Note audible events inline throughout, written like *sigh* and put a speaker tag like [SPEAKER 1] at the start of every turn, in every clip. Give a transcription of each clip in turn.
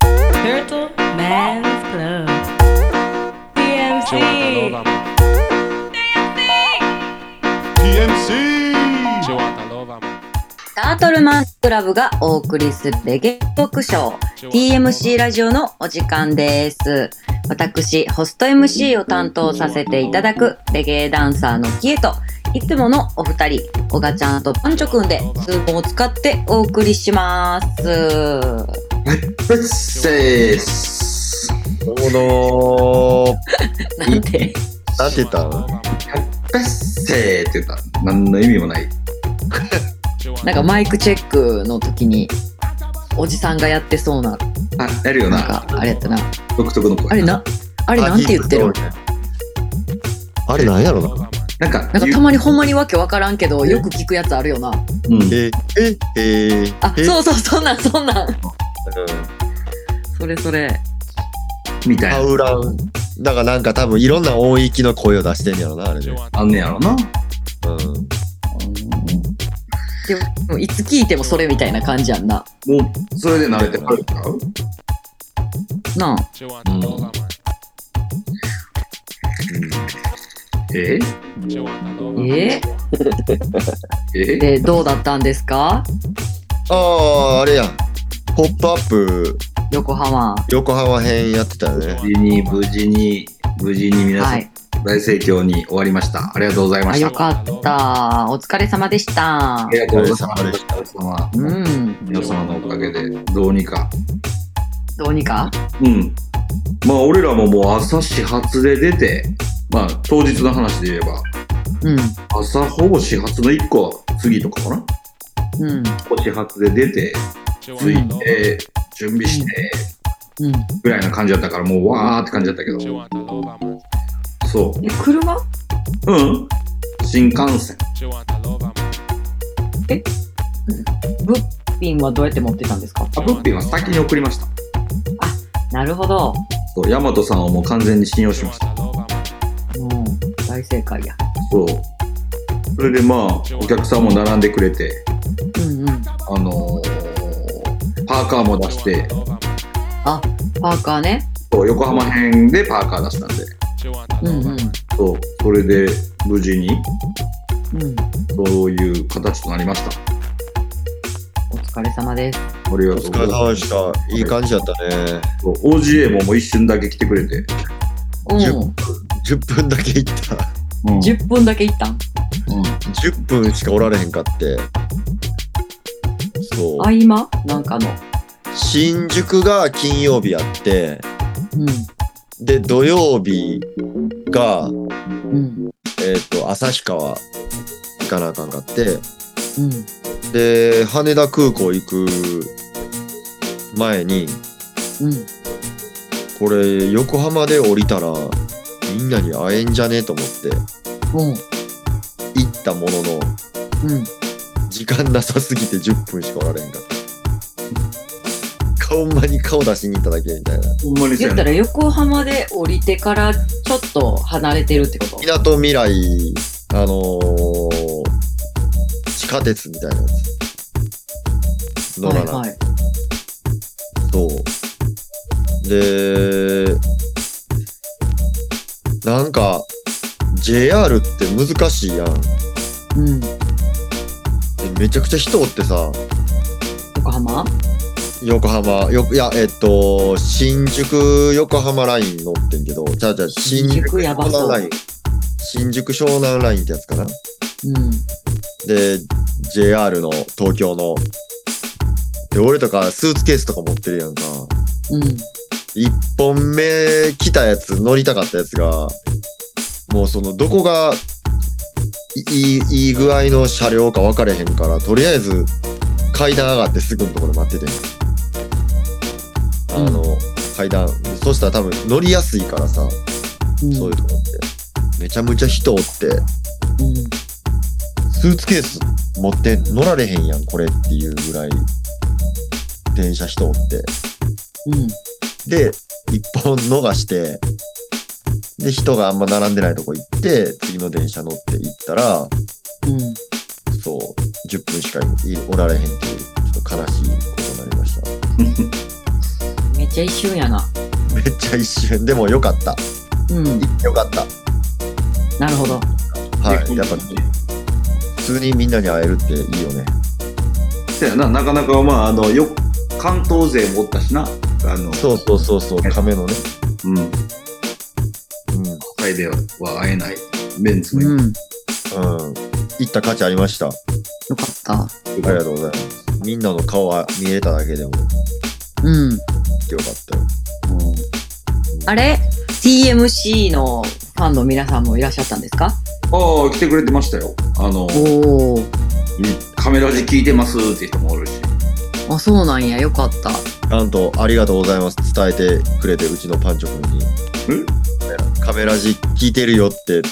[SPEAKER 1] Turtle Man's Club.
[SPEAKER 2] TMC
[SPEAKER 3] タートルマンクラブがお送りするレゲエ特ショー TMC ラジオのお時間です。私、ホスト MC を担当させていただくレゲエダンサーのキエと、いつものお二人、オガちゃんとパンチョくんで、ズームを使ってお送りします。
[SPEAKER 4] プッセースどうもどうも
[SPEAKER 3] なんで、
[SPEAKER 4] なんて言ったのプッセーって言った。何の意味もない。
[SPEAKER 3] なんかマイクチェックの時に、おじさんがやってそうな、
[SPEAKER 4] あ、やるよ
[SPEAKER 3] なん
[SPEAKER 4] な。
[SPEAKER 3] か、あれやったな。
[SPEAKER 4] 独特の声。
[SPEAKER 3] あれな、あれなんて言ってる
[SPEAKER 5] あれなんやろな。
[SPEAKER 4] なんか、
[SPEAKER 3] なんかたまにほんまにわけわからんけど、よく聞くやつあるよな。
[SPEAKER 4] うん。
[SPEAKER 5] え、え、え、え、
[SPEAKER 3] あ、
[SPEAKER 5] え
[SPEAKER 3] そうそう、そん *laughs* なん、そんなん。それそれ。
[SPEAKER 4] みた
[SPEAKER 5] パ
[SPEAKER 4] いな。
[SPEAKER 5] ウラン。だからなんか多分いろんな音域の声を出してんやろな、あれで。うん。
[SPEAKER 4] あんねやろな。
[SPEAKER 3] でも、いつ聞いてもそれみたいな感じやんな。
[SPEAKER 4] もう、それで慣れてはるから。
[SPEAKER 3] なあ。
[SPEAKER 4] え
[SPEAKER 3] え
[SPEAKER 4] え
[SPEAKER 3] で、どうだったんですか
[SPEAKER 5] ああ、あれやん。ポップアップ
[SPEAKER 3] 横浜。
[SPEAKER 5] 横浜編やってたよね。
[SPEAKER 4] 無事に、無事に、無事に皆さ
[SPEAKER 3] は
[SPEAKER 4] ん
[SPEAKER 3] い。
[SPEAKER 4] 大盛況に終わりました。ありがとうございま
[SPEAKER 3] あ、
[SPEAKER 4] し
[SPEAKER 3] よ
[SPEAKER 4] た。
[SPEAKER 3] かった。お疲れ様でした
[SPEAKER 4] あ。りがとうございま
[SPEAKER 5] お疲れ
[SPEAKER 4] した。お疲れ様
[SPEAKER 3] うん。
[SPEAKER 4] 皆様のおかげで、どうにか。
[SPEAKER 3] どうにか
[SPEAKER 4] うん。まあ、俺らももう朝始発で出て、まあ、当日の話で言えば、
[SPEAKER 3] うん。
[SPEAKER 4] 朝ほぼ始発の1個次とかかな
[SPEAKER 3] うん。
[SPEAKER 4] 始発で出て、着いて、準備して、
[SPEAKER 3] うん。
[SPEAKER 4] ぐらいな感じだったから、もうわーって感じだったけど、そ
[SPEAKER 3] え、車
[SPEAKER 4] う。うん。新幹線。
[SPEAKER 3] 物品はどうやって持ってたんですか
[SPEAKER 4] あ、物品は先に送りました。
[SPEAKER 3] なるほど。
[SPEAKER 4] そう、ヤマトさんをもう完全に信用しました。
[SPEAKER 3] もう、大正解や。
[SPEAKER 4] そう。それでまあ、お客さんも並んでくれて、
[SPEAKER 3] うんうん。
[SPEAKER 4] あのーパーカーも出して、
[SPEAKER 3] パーカーね。
[SPEAKER 4] そう横浜編でパーカー出したんで、
[SPEAKER 3] うんうん。
[SPEAKER 4] そう、それで無事に、
[SPEAKER 3] うん。
[SPEAKER 4] そういう形となりました。
[SPEAKER 3] お疲れ様です。
[SPEAKER 4] ありが
[SPEAKER 5] お
[SPEAKER 4] とうご
[SPEAKER 5] 疲
[SPEAKER 4] ざ
[SPEAKER 5] れ
[SPEAKER 4] います
[SPEAKER 5] 様でした。いい感じだったね。
[SPEAKER 4] そう OGA ももう一瞬だけ来てくれて、
[SPEAKER 3] うん。
[SPEAKER 5] じゅ10分だけ行った。
[SPEAKER 4] うん
[SPEAKER 3] 10分だけ行ったん
[SPEAKER 5] 10分しかおられへんかって。そう。
[SPEAKER 3] 合間なんかの。
[SPEAKER 5] 新宿が金曜日あって、
[SPEAKER 3] う
[SPEAKER 5] で、土曜日が、
[SPEAKER 3] ん。うん。
[SPEAKER 5] えっ、と、旭川行かなあかんかって、
[SPEAKER 3] うん。
[SPEAKER 5] で、羽田空港行く前に、
[SPEAKER 3] うん。
[SPEAKER 5] これ、横浜で降りたら、みんなに会えんじゃねえと思って、
[SPEAKER 3] うん。
[SPEAKER 5] 行ったものの、
[SPEAKER 3] うん。
[SPEAKER 5] 時間なさすぎて10分しかおられへんかった。顔ほんまに顔出しに行っただけみたいな。
[SPEAKER 4] ほんまにそう
[SPEAKER 3] 言
[SPEAKER 4] や
[SPEAKER 3] った
[SPEAKER 4] ね
[SPEAKER 3] ら横浜で降りてからちょっと離れてるってこと
[SPEAKER 5] みなとみらい、あのー地下鉄みたいなやつ。乗らな、
[SPEAKER 3] はいはい。
[SPEAKER 5] そう。で、なんか、JR って難しいやん。で
[SPEAKER 3] うん。
[SPEAKER 5] めちゃくちゃ人おってさ、
[SPEAKER 3] 横浜
[SPEAKER 5] 横浜、よいや、えっと、新宿横浜ライン乗ってんけど、じゃあじゃあ新
[SPEAKER 3] 新
[SPEAKER 5] 宿
[SPEAKER 3] 宿や
[SPEAKER 5] 湘
[SPEAKER 3] ばそう
[SPEAKER 5] 南ライン。新宿湘南ラインってやつかな。
[SPEAKER 3] うん。
[SPEAKER 5] で、JR の東京の。で、俺とかスーツケースとか持ってるやんか。
[SPEAKER 3] うん。
[SPEAKER 5] 一本目来たやつ、乗りたかったやつが、もうその、どこがいいい、いい具合の車両か分かれへんから、とりあえず階段上がってすぐのところ待ってて。あの、階段。そしたら多分乗りやすいからさ、
[SPEAKER 3] うん。
[SPEAKER 5] そういうとこって。めちゃめちゃ人おって。
[SPEAKER 3] うん。
[SPEAKER 5] スーツケース持って乗られへんやん、これっていうぐらい、電車人おって。
[SPEAKER 3] うん。
[SPEAKER 5] で、一本逃して、で、人があんま並んでないとこ行って、次の電車乗って行ったら、
[SPEAKER 3] うん。
[SPEAKER 5] そう、10分しかいおられへんっていう、ちょっと悲しいことになりました。
[SPEAKER 3] めっちゃ一瞬やな。
[SPEAKER 5] めっちゃ一瞬でもよかった
[SPEAKER 3] うん。
[SPEAKER 5] よかった
[SPEAKER 3] なるほど。
[SPEAKER 5] はいやっぱ普通にみんなに会えるっていいよね
[SPEAKER 4] そうやな、なかなか、まあ、あの、よ、関東勢もおったしな。あの、
[SPEAKER 5] そうそうそうそう亀のね
[SPEAKER 4] うん。国
[SPEAKER 5] うん、
[SPEAKER 4] 会では会えないメンツもいる
[SPEAKER 3] うん。よ
[SPEAKER 5] うん、行った価値ありましたあ
[SPEAKER 3] かった。
[SPEAKER 5] りがとうございますみんなの顔は見えただけでもよか
[SPEAKER 3] うん。
[SPEAKER 5] ったよ
[SPEAKER 3] あれ ?TMC のファンの皆さんもいらっしゃったんですか
[SPEAKER 4] ああ、来てくれてましたよ。あの、
[SPEAKER 3] おお。
[SPEAKER 4] カメラで聞いてますって人もおるし。
[SPEAKER 3] あ、そうなんや。よかった。
[SPEAKER 5] ちゃんとありがとうございます伝えてくれてうちのパンチョ君に
[SPEAKER 4] うん
[SPEAKER 5] カメラジ聞いてるよって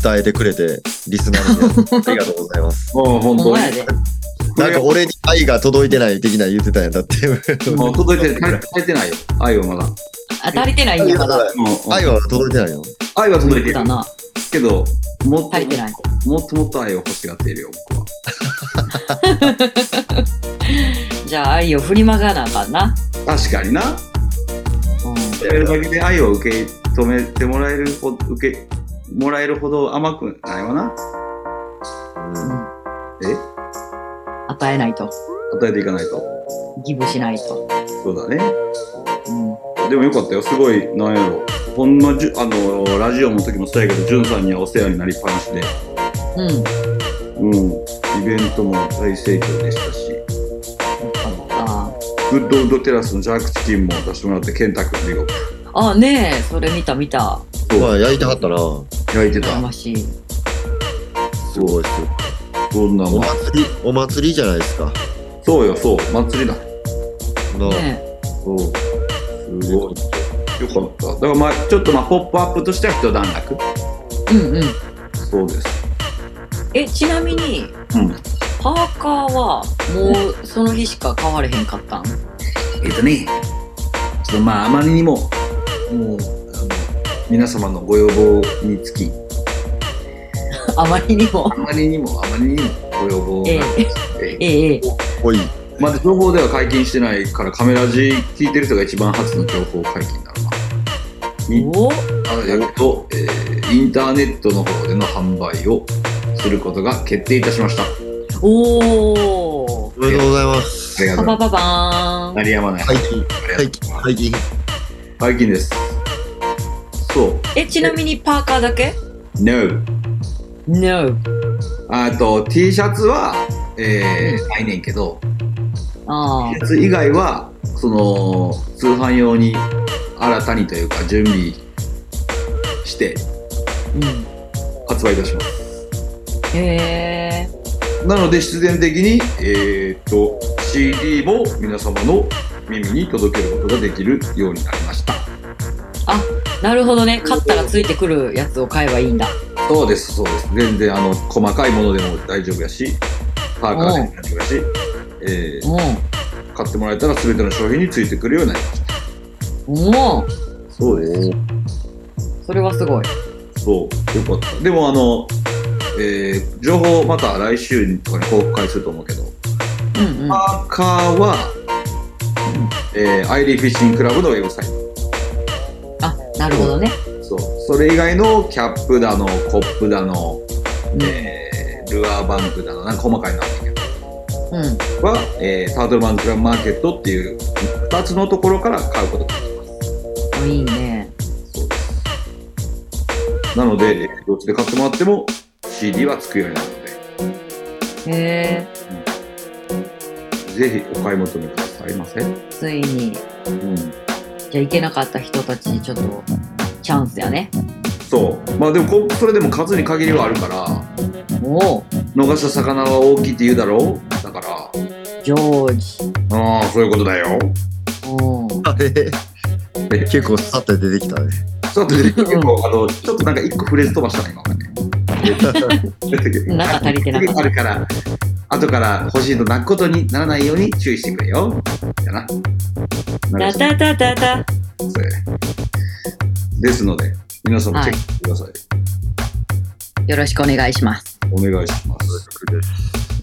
[SPEAKER 5] 伝えてくれてリスナーの皆さんありがとうございます
[SPEAKER 4] ああ、本
[SPEAKER 3] ほん
[SPEAKER 4] 当
[SPEAKER 3] ま
[SPEAKER 4] に
[SPEAKER 3] や。で。
[SPEAKER 5] なんか俺に愛が届いてない的な言ってたんやだって
[SPEAKER 4] もう届いてない、足りてないよ。愛はまだ。
[SPEAKER 3] あ、足りてないんやまだ。
[SPEAKER 4] うん
[SPEAKER 5] 愛は届いてないよ
[SPEAKER 4] 愛は届いて
[SPEAKER 3] だ
[SPEAKER 4] る
[SPEAKER 3] な。
[SPEAKER 4] けど、もっ
[SPEAKER 3] 足りてない
[SPEAKER 4] と、もっともっと愛を欲しがっているよ、僕は。
[SPEAKER 3] じゃあ愛を振りまがなあかんな。
[SPEAKER 4] 確かにな。
[SPEAKER 3] う
[SPEAKER 4] やるだけで愛を受け止めてもらえるほど、受け、もらえるほど甘くないわな。
[SPEAKER 5] うん
[SPEAKER 4] え
[SPEAKER 3] ん。与えないと。
[SPEAKER 4] 与えていかないと。
[SPEAKER 3] ギブしないと。
[SPEAKER 4] そうだね。
[SPEAKER 3] うん。
[SPEAKER 4] でもよかったよ。すごい、なんやろ。ほんのじゅ、あの、ラジオの時もそうやけど、じゅんさんにはお世話になりっぱなしで、
[SPEAKER 3] うん。よ
[SPEAKER 4] うん。イベントも大盛況でしたし、
[SPEAKER 3] かった。
[SPEAKER 4] グッドウッドテラスのジャークチキンも出してもらって、健太君見事
[SPEAKER 3] あ、ねえ。それ見た見た。
[SPEAKER 5] まあ焼いてはったな
[SPEAKER 4] 焼いて
[SPEAKER 3] 羨
[SPEAKER 4] た。
[SPEAKER 3] ましい。
[SPEAKER 5] すごいす
[SPEAKER 4] そんなも
[SPEAKER 5] お
[SPEAKER 4] ん。
[SPEAKER 5] 祭りお祭りじゃないですか
[SPEAKER 4] そうよ、そう。祭りだ。
[SPEAKER 5] な
[SPEAKER 3] ね
[SPEAKER 4] そう。すごい。よかった。だからまあ、ちょっとまあ、ポップアップとしては一段落。
[SPEAKER 3] え。うんうん。
[SPEAKER 4] そうです。
[SPEAKER 3] え、ちなみに、
[SPEAKER 4] うん。
[SPEAKER 3] パーカーはも
[SPEAKER 4] *laughs*
[SPEAKER 3] うその日しか買われへんかったん
[SPEAKER 4] えっとね、ちょっとまあ、あまりにも、もう、あの、皆様のご要望につき、
[SPEAKER 3] あまりにも *laughs*
[SPEAKER 4] あ。まりにも、あまりにもご要望が、
[SPEAKER 3] え
[SPEAKER 4] ええ
[SPEAKER 3] ええ。
[SPEAKER 5] おい
[SPEAKER 4] まだ情報では解禁してないから、カメラ時聞いてる人が一番初の情報解禁だろうな。に
[SPEAKER 3] お
[SPEAKER 4] あやると、えーインターネットの方での販売をすることが決定いたしました。あ
[SPEAKER 3] お
[SPEAKER 5] おめでとうございます
[SPEAKER 4] りがと
[SPEAKER 3] パ
[SPEAKER 4] うござ
[SPEAKER 3] パパパ
[SPEAKER 4] います。
[SPEAKER 3] ーン
[SPEAKER 4] 鳴りやまない。
[SPEAKER 5] 解禁解禁解禁
[SPEAKER 4] 解禁です。そう。
[SPEAKER 3] え、ちなみにパーカーだけ
[SPEAKER 4] No。
[SPEAKER 3] ?No.
[SPEAKER 4] あと、T シャツは、えー、ないねんけど、
[SPEAKER 3] ああ
[SPEAKER 4] や。つ以外はその通販用に新たにというか準備して
[SPEAKER 3] うん。
[SPEAKER 4] 発売いたします
[SPEAKER 3] へえ。
[SPEAKER 4] なので必然的にえーっと CD も皆様の耳に届けることができるようになりました
[SPEAKER 3] なるほどね。買ったらついてくるやつを買えばいいんだ。
[SPEAKER 4] そうですそうです全然あの細かいものでも大丈夫やしパーカーでも大丈夫やし、えー
[SPEAKER 3] う
[SPEAKER 4] 買ってもらえたら全ての商品についてくるようになりまし
[SPEAKER 3] ん。も
[SPEAKER 4] たそうです
[SPEAKER 3] う、それはすごい。
[SPEAKER 4] そう、よかった。でも、あの、えー情報また来週とかに公開すると思うけど、
[SPEAKER 3] うんうん。
[SPEAKER 4] パーカーは、えーアイリーフィッシングクラブのウェブサイト。
[SPEAKER 3] あ、なるほどね。
[SPEAKER 4] そう。それ以外のキャップだの、コップだの、
[SPEAKER 3] うん
[SPEAKER 4] えールアーバンクだの、なんか細かいのあるんだけ
[SPEAKER 3] うん。
[SPEAKER 4] ど、は、えータートルマンクラブマーケットっていう2つのところから買うことができます。
[SPEAKER 3] おいいね。
[SPEAKER 4] そうです。なので、えーどっちで買ってもらっても CD はつくようになるので、
[SPEAKER 3] へえ。
[SPEAKER 4] ぜひお買い求めくださいませ。
[SPEAKER 3] ついに、
[SPEAKER 4] うん
[SPEAKER 3] じゃあ行けなかった人たちにちょっと、チャンスやね。
[SPEAKER 4] そうまあでもこそれでも数に限りはあるから
[SPEAKER 3] おう、
[SPEAKER 4] 逃した魚は大きいって言うだろうだから
[SPEAKER 3] ジョージ。
[SPEAKER 4] ああそういうことだよ
[SPEAKER 3] おう。
[SPEAKER 5] あれ結構さって出てきたね
[SPEAKER 4] ちょっと結構あのちょっとなんか一個フレーズ飛ばしたね今ま
[SPEAKER 3] *laughs*
[SPEAKER 4] で
[SPEAKER 3] なんか足りてなかった
[SPEAKER 4] あるから後から欲しいと泣くことにならないように注意してくれよだな
[SPEAKER 3] タタタタタ。
[SPEAKER 4] そうやねですので皆さんもチェックしてください、
[SPEAKER 3] よろしくお願いします。
[SPEAKER 4] お願いします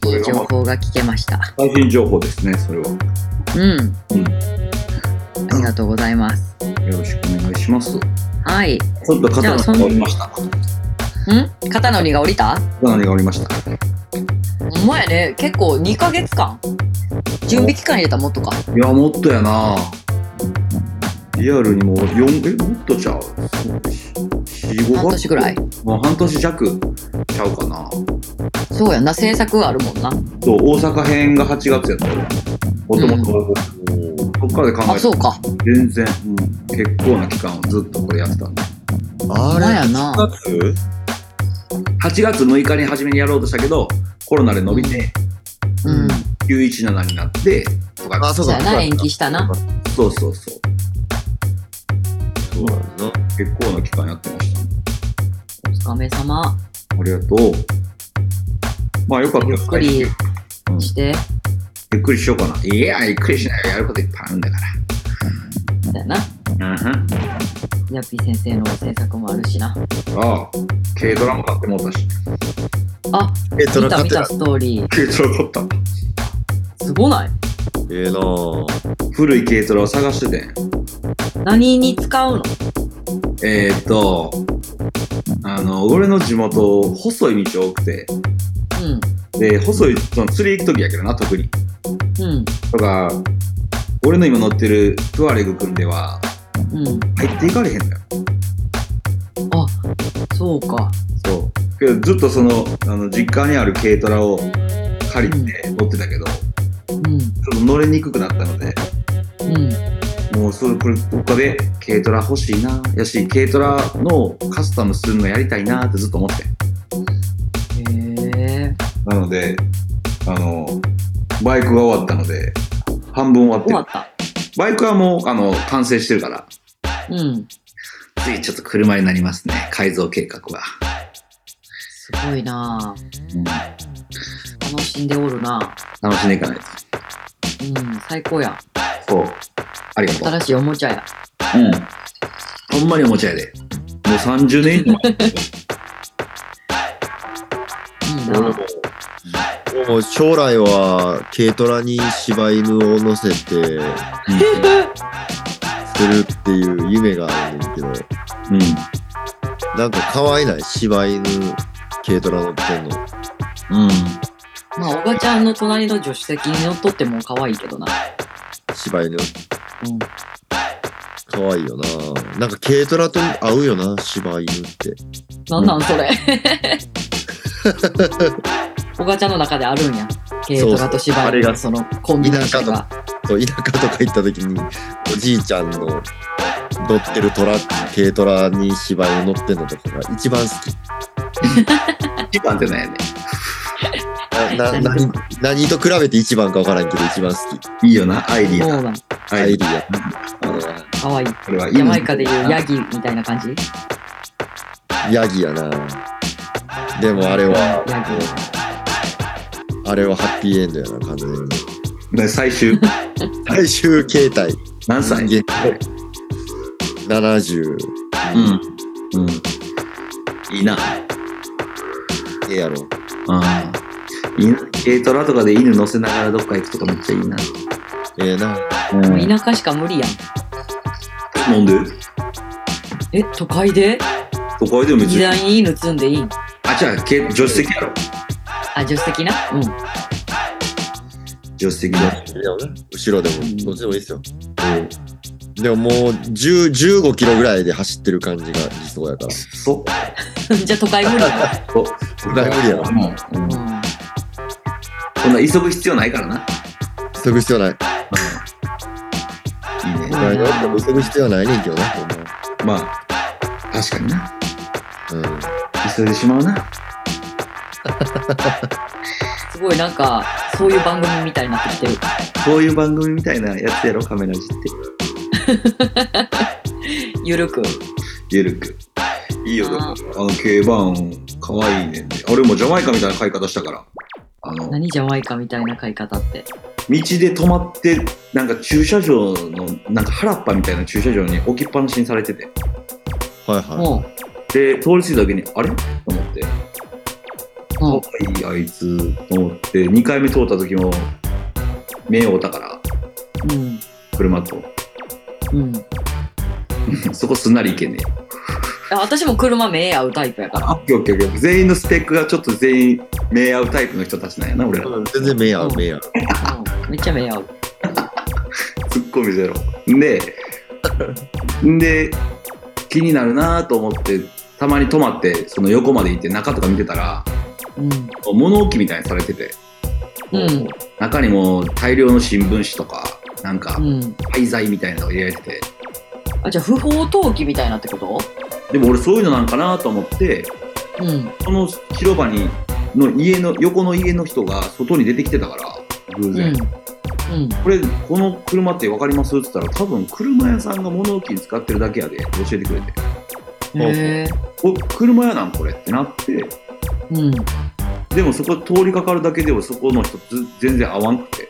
[SPEAKER 4] こ
[SPEAKER 3] い
[SPEAKER 4] れ
[SPEAKER 3] い
[SPEAKER 4] が
[SPEAKER 3] 情
[SPEAKER 4] まあ
[SPEAKER 3] 報が聞けました。
[SPEAKER 4] 最新情報ですねそれは
[SPEAKER 3] うん。ありがとうございます。
[SPEAKER 4] よろしくお願いします。
[SPEAKER 3] はい。ん
[SPEAKER 4] ちょっと
[SPEAKER 3] じゃ
[SPEAKER 4] 肩
[SPEAKER 3] あ
[SPEAKER 4] の
[SPEAKER 3] そん
[SPEAKER 4] 荷がおりました。
[SPEAKER 3] 肩の荷が下りた
[SPEAKER 4] 肩の荷がおりました。
[SPEAKER 3] ほんまやね。結構2ヶ月間準備期間入れたらもっとか。
[SPEAKER 4] いや、もっとやなリアルにもう4、え、もっとちゃう ?4、5
[SPEAKER 3] 半年ぐらい。
[SPEAKER 4] もう半年弱ちゃうかな。
[SPEAKER 3] そうやんな。制作があるもんな。
[SPEAKER 4] そう、大阪編が8月やったよ。もともと、そっからで考
[SPEAKER 3] あ、
[SPEAKER 4] えた
[SPEAKER 3] そ
[SPEAKER 4] ら
[SPEAKER 3] うか。
[SPEAKER 4] 全然、うん結構な期間をずっとこれやってたんで。
[SPEAKER 5] あ
[SPEAKER 3] ほんま
[SPEAKER 5] れ
[SPEAKER 3] やな。
[SPEAKER 5] 夏
[SPEAKER 4] 8月6日に初めにやろうとしたけど、コロナで伸びて、
[SPEAKER 3] うん。
[SPEAKER 4] 917になって、とか、
[SPEAKER 5] あそう
[SPEAKER 3] そう
[SPEAKER 5] か
[SPEAKER 3] やな。延期したな。
[SPEAKER 4] そうそうそう。
[SPEAKER 5] そうやな
[SPEAKER 4] 結構な期間やってました、ね。
[SPEAKER 3] お疲れ様。
[SPEAKER 4] ありがとう。まあよかった
[SPEAKER 3] ゆ
[SPEAKER 4] よ
[SPEAKER 3] っくり
[SPEAKER 4] うん
[SPEAKER 3] して。
[SPEAKER 4] ゆっくりしようかな。いや、ゆっくりしないよ。やることいっぱいあるんだか
[SPEAKER 3] そうやな。
[SPEAKER 4] ら。うんん。
[SPEAKER 3] ヤッピー先生の制作もあるしな。
[SPEAKER 4] ああ、軽トラも買ってもうたし。
[SPEAKER 3] あ、
[SPEAKER 5] えっと
[SPEAKER 3] 見た
[SPEAKER 5] 買っ
[SPEAKER 3] 見
[SPEAKER 5] て
[SPEAKER 3] た
[SPEAKER 5] ない
[SPEAKER 3] ストーリー。
[SPEAKER 4] 軽トラ買った。
[SPEAKER 3] すごない
[SPEAKER 5] ええなぁ
[SPEAKER 4] 古い軽トラを探してて。
[SPEAKER 3] 何に使うの
[SPEAKER 4] えー、っと、あの、俺の地元、細い道多くて、で、細い、その釣り行く時やけどな、特に。
[SPEAKER 3] うん。うん。
[SPEAKER 4] とか、俺の今乗ってるトゥアレグ君では、
[SPEAKER 3] うん。
[SPEAKER 4] 入っていかれへんのよ。
[SPEAKER 3] あ、そうか。
[SPEAKER 4] そう。けど、ずっとその、あの、実家にある軽トラを借りて乗ってたけど、ち
[SPEAKER 3] う
[SPEAKER 4] ょっと乗れにくくなったので、
[SPEAKER 3] ん。うん。
[SPEAKER 4] もうそれこれ他で軽トラ欲しいなやし軽トラのカスタムするのやりたいなってずっと思って
[SPEAKER 3] へえ。
[SPEAKER 4] なのであのバイクが終わったので半分終
[SPEAKER 3] 終
[SPEAKER 4] わ
[SPEAKER 3] わ
[SPEAKER 4] っ
[SPEAKER 3] ってた。
[SPEAKER 4] るバイクはもうあの完成してるから
[SPEAKER 3] うん。
[SPEAKER 4] 次ちょっと車になりますね改造計画は、
[SPEAKER 3] すごいなぁ
[SPEAKER 4] うん、
[SPEAKER 3] 楽しんでおるなぁ
[SPEAKER 4] 楽しんでいかないと
[SPEAKER 3] うん、最高や。
[SPEAKER 4] そうありがとう
[SPEAKER 3] 新しいおもちゃや。
[SPEAKER 4] うんほんまにおもちゃやでもう30年以上
[SPEAKER 3] いい *laughs* な
[SPEAKER 5] 俺も
[SPEAKER 3] ぁ
[SPEAKER 5] 俺も将来は軽トラに柴犬を乗せてするっていう夢があるんだけど
[SPEAKER 4] うん
[SPEAKER 5] なんか可愛ない柴犬軽トラ乗ってんの
[SPEAKER 4] うん
[SPEAKER 3] まあ、おばちゃんの隣の助手席に乗っとっても可愛いけどな。
[SPEAKER 5] 柴犬
[SPEAKER 3] うん。
[SPEAKER 5] 可愛いよななんか軽トラと合うよな柴犬って
[SPEAKER 3] なんなん
[SPEAKER 5] *laughs*
[SPEAKER 3] それ。おばちゃんの中であるんや。軽トラと芝
[SPEAKER 5] あ
[SPEAKER 3] 居
[SPEAKER 5] れ
[SPEAKER 3] の
[SPEAKER 5] が
[SPEAKER 3] そのコンビネーションが。
[SPEAKER 5] そう田舎とか行った時におじいちゃんの乗ってるトラック軽トラに柴犬乗ってんのとかが一番好き
[SPEAKER 4] 一番ってなんやね
[SPEAKER 5] な
[SPEAKER 3] *laughs*
[SPEAKER 5] な何何と比べて一番か分からんけど一番好き
[SPEAKER 4] いいよなアイディ
[SPEAKER 3] そう
[SPEAKER 4] ア
[SPEAKER 3] なん。
[SPEAKER 4] ア
[SPEAKER 5] ア
[SPEAKER 4] イ
[SPEAKER 5] イ
[SPEAKER 4] ディ
[SPEAKER 5] ディア
[SPEAKER 4] ア
[SPEAKER 5] あ
[SPEAKER 3] 可愛い。
[SPEAKER 4] これはいい
[SPEAKER 3] ジャマイカでいうヤギみたいな感じ
[SPEAKER 5] のヤギやなでもあれは
[SPEAKER 3] ヤギ。
[SPEAKER 5] あれはハッピーエンドやな完全に
[SPEAKER 4] ね最終
[SPEAKER 5] 最終形態
[SPEAKER 4] 何歳
[SPEAKER 5] 人間70
[SPEAKER 4] うん。うん。いいな。
[SPEAKER 5] ええやろ
[SPEAKER 4] うん。いいな。軽トラとかで犬乗せながらどっか行くとかめっちゃいいな。
[SPEAKER 5] ええな
[SPEAKER 4] う
[SPEAKER 3] もう田舎しか無理やん。
[SPEAKER 4] なんで
[SPEAKER 3] え、都会で
[SPEAKER 4] 都会でも別
[SPEAKER 3] 時
[SPEAKER 4] に。
[SPEAKER 3] 代に犬積んでいいん
[SPEAKER 4] あ、じゃあ、軽助手席やろ。
[SPEAKER 3] あ、助手席なうん。
[SPEAKER 4] 助手席だ。
[SPEAKER 5] 後ろでもどっちでもいいですよでももう10 15キロぐらいで走ってる感じが理想やから
[SPEAKER 4] そ
[SPEAKER 3] *laughs* じゃあ都会無理や。
[SPEAKER 4] そ
[SPEAKER 5] 都会無理やろ
[SPEAKER 4] うんん
[SPEAKER 3] うん。
[SPEAKER 4] そんな急ぐ必要ないからな。
[SPEAKER 5] 急ぐ必要ない
[SPEAKER 4] いいね。
[SPEAKER 5] 都会であっても急ぐ必要はないねんけどなほんま
[SPEAKER 4] まあ、確かにな。
[SPEAKER 5] うん
[SPEAKER 4] 急いでしまうな。
[SPEAKER 3] すごいなんか、そういう番組みたいになってきてる。
[SPEAKER 4] こういう番組みたいなやつやろ、カメラじって。
[SPEAKER 3] ゆるく。
[SPEAKER 4] ゆるく。いいよ、でも
[SPEAKER 3] あ
[SPEAKER 4] あの、軽バン、かわいいねんで。俺もジャマイカみたいな買い方したから。あの、道
[SPEAKER 3] 何ジャマイカみたいな買い方って。
[SPEAKER 4] で止まって、なんか駐車場の、なんか原っぱみたいな駐車場に置きっぱなしにされてて。
[SPEAKER 5] はいは
[SPEAKER 3] も
[SPEAKER 4] で、通り過ぎた時に、あれと思って、
[SPEAKER 3] う、
[SPEAKER 4] か
[SPEAKER 3] も
[SPEAKER 4] わいい、あいつ、と思って、2回目通った時も、目を追ったから、
[SPEAKER 3] う、うん。
[SPEAKER 4] 車と。 *laughs*
[SPEAKER 3] うん。
[SPEAKER 4] そこすんなりいけねえ。
[SPEAKER 3] あ私も車目合うタイプやから。
[SPEAKER 4] あ、オッケーオッケーオッケー全員のスペックがちょっと全員目合うタイプの人たちなんやな、俺ら。
[SPEAKER 5] 全然目合う、目合う。
[SPEAKER 3] うんめっちゃ目合う。
[SPEAKER 4] ツッコミゼロ。で、で、気になるなと思って、たまに泊まって、その横まで行って中とか見てたら、
[SPEAKER 3] うん。
[SPEAKER 4] 物置みたいにされてて、
[SPEAKER 3] うん。
[SPEAKER 4] 中にもう大量の新聞紙とか、なんか
[SPEAKER 3] うん。
[SPEAKER 4] 廃材みたいなのが入れられてて、
[SPEAKER 3] あ、じゃあ不法投棄みたいなってこと
[SPEAKER 4] でも俺そういうのなんかなと思って、
[SPEAKER 3] うん。
[SPEAKER 4] この広場に、の家の、横の家の人が外に出てきてたから、偶
[SPEAKER 3] うん。う
[SPEAKER 4] 然。
[SPEAKER 3] ん。
[SPEAKER 4] これ、この車って分かりますって言ったら、多分車屋さんが物置に使ってるだけやで、教えてくれて。
[SPEAKER 3] へえ。
[SPEAKER 4] お、車屋なんこれってなって、
[SPEAKER 3] うん。
[SPEAKER 4] でもそこ通りかかるだけでもそこの人ず全然合わんくて、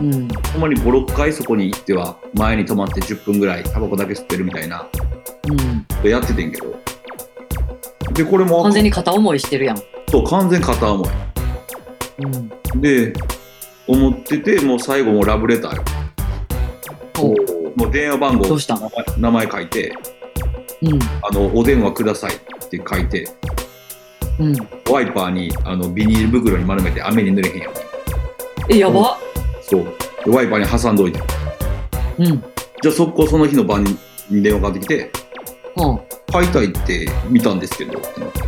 [SPEAKER 3] うん。
[SPEAKER 4] ほんまに5、6回そこに行っては、前に止まって10分ぐらいタバコだけ吸ってるみたいな、
[SPEAKER 3] うん。
[SPEAKER 4] やっててんけど。で、これも
[SPEAKER 3] 完全に片思いしてるやん。
[SPEAKER 4] そう完全片思い。
[SPEAKER 3] うん。
[SPEAKER 4] で、思ってて、もう最後もうラブレターよ。
[SPEAKER 3] お
[SPEAKER 4] もう電話番号、
[SPEAKER 3] どうした
[SPEAKER 4] 名前名前書いて、
[SPEAKER 3] うん。
[SPEAKER 4] あの、お電話くださいって書いて、
[SPEAKER 3] うん。
[SPEAKER 4] ワイパーにあのビニール袋に丸めて雨に濡れへんように。
[SPEAKER 3] え、やば
[SPEAKER 4] そう。でワイパーに挟んどいて。
[SPEAKER 3] うん。うん。
[SPEAKER 4] じゃあ速攻その日の晩に電話かかってきて、解体って見たんですけど、ってなって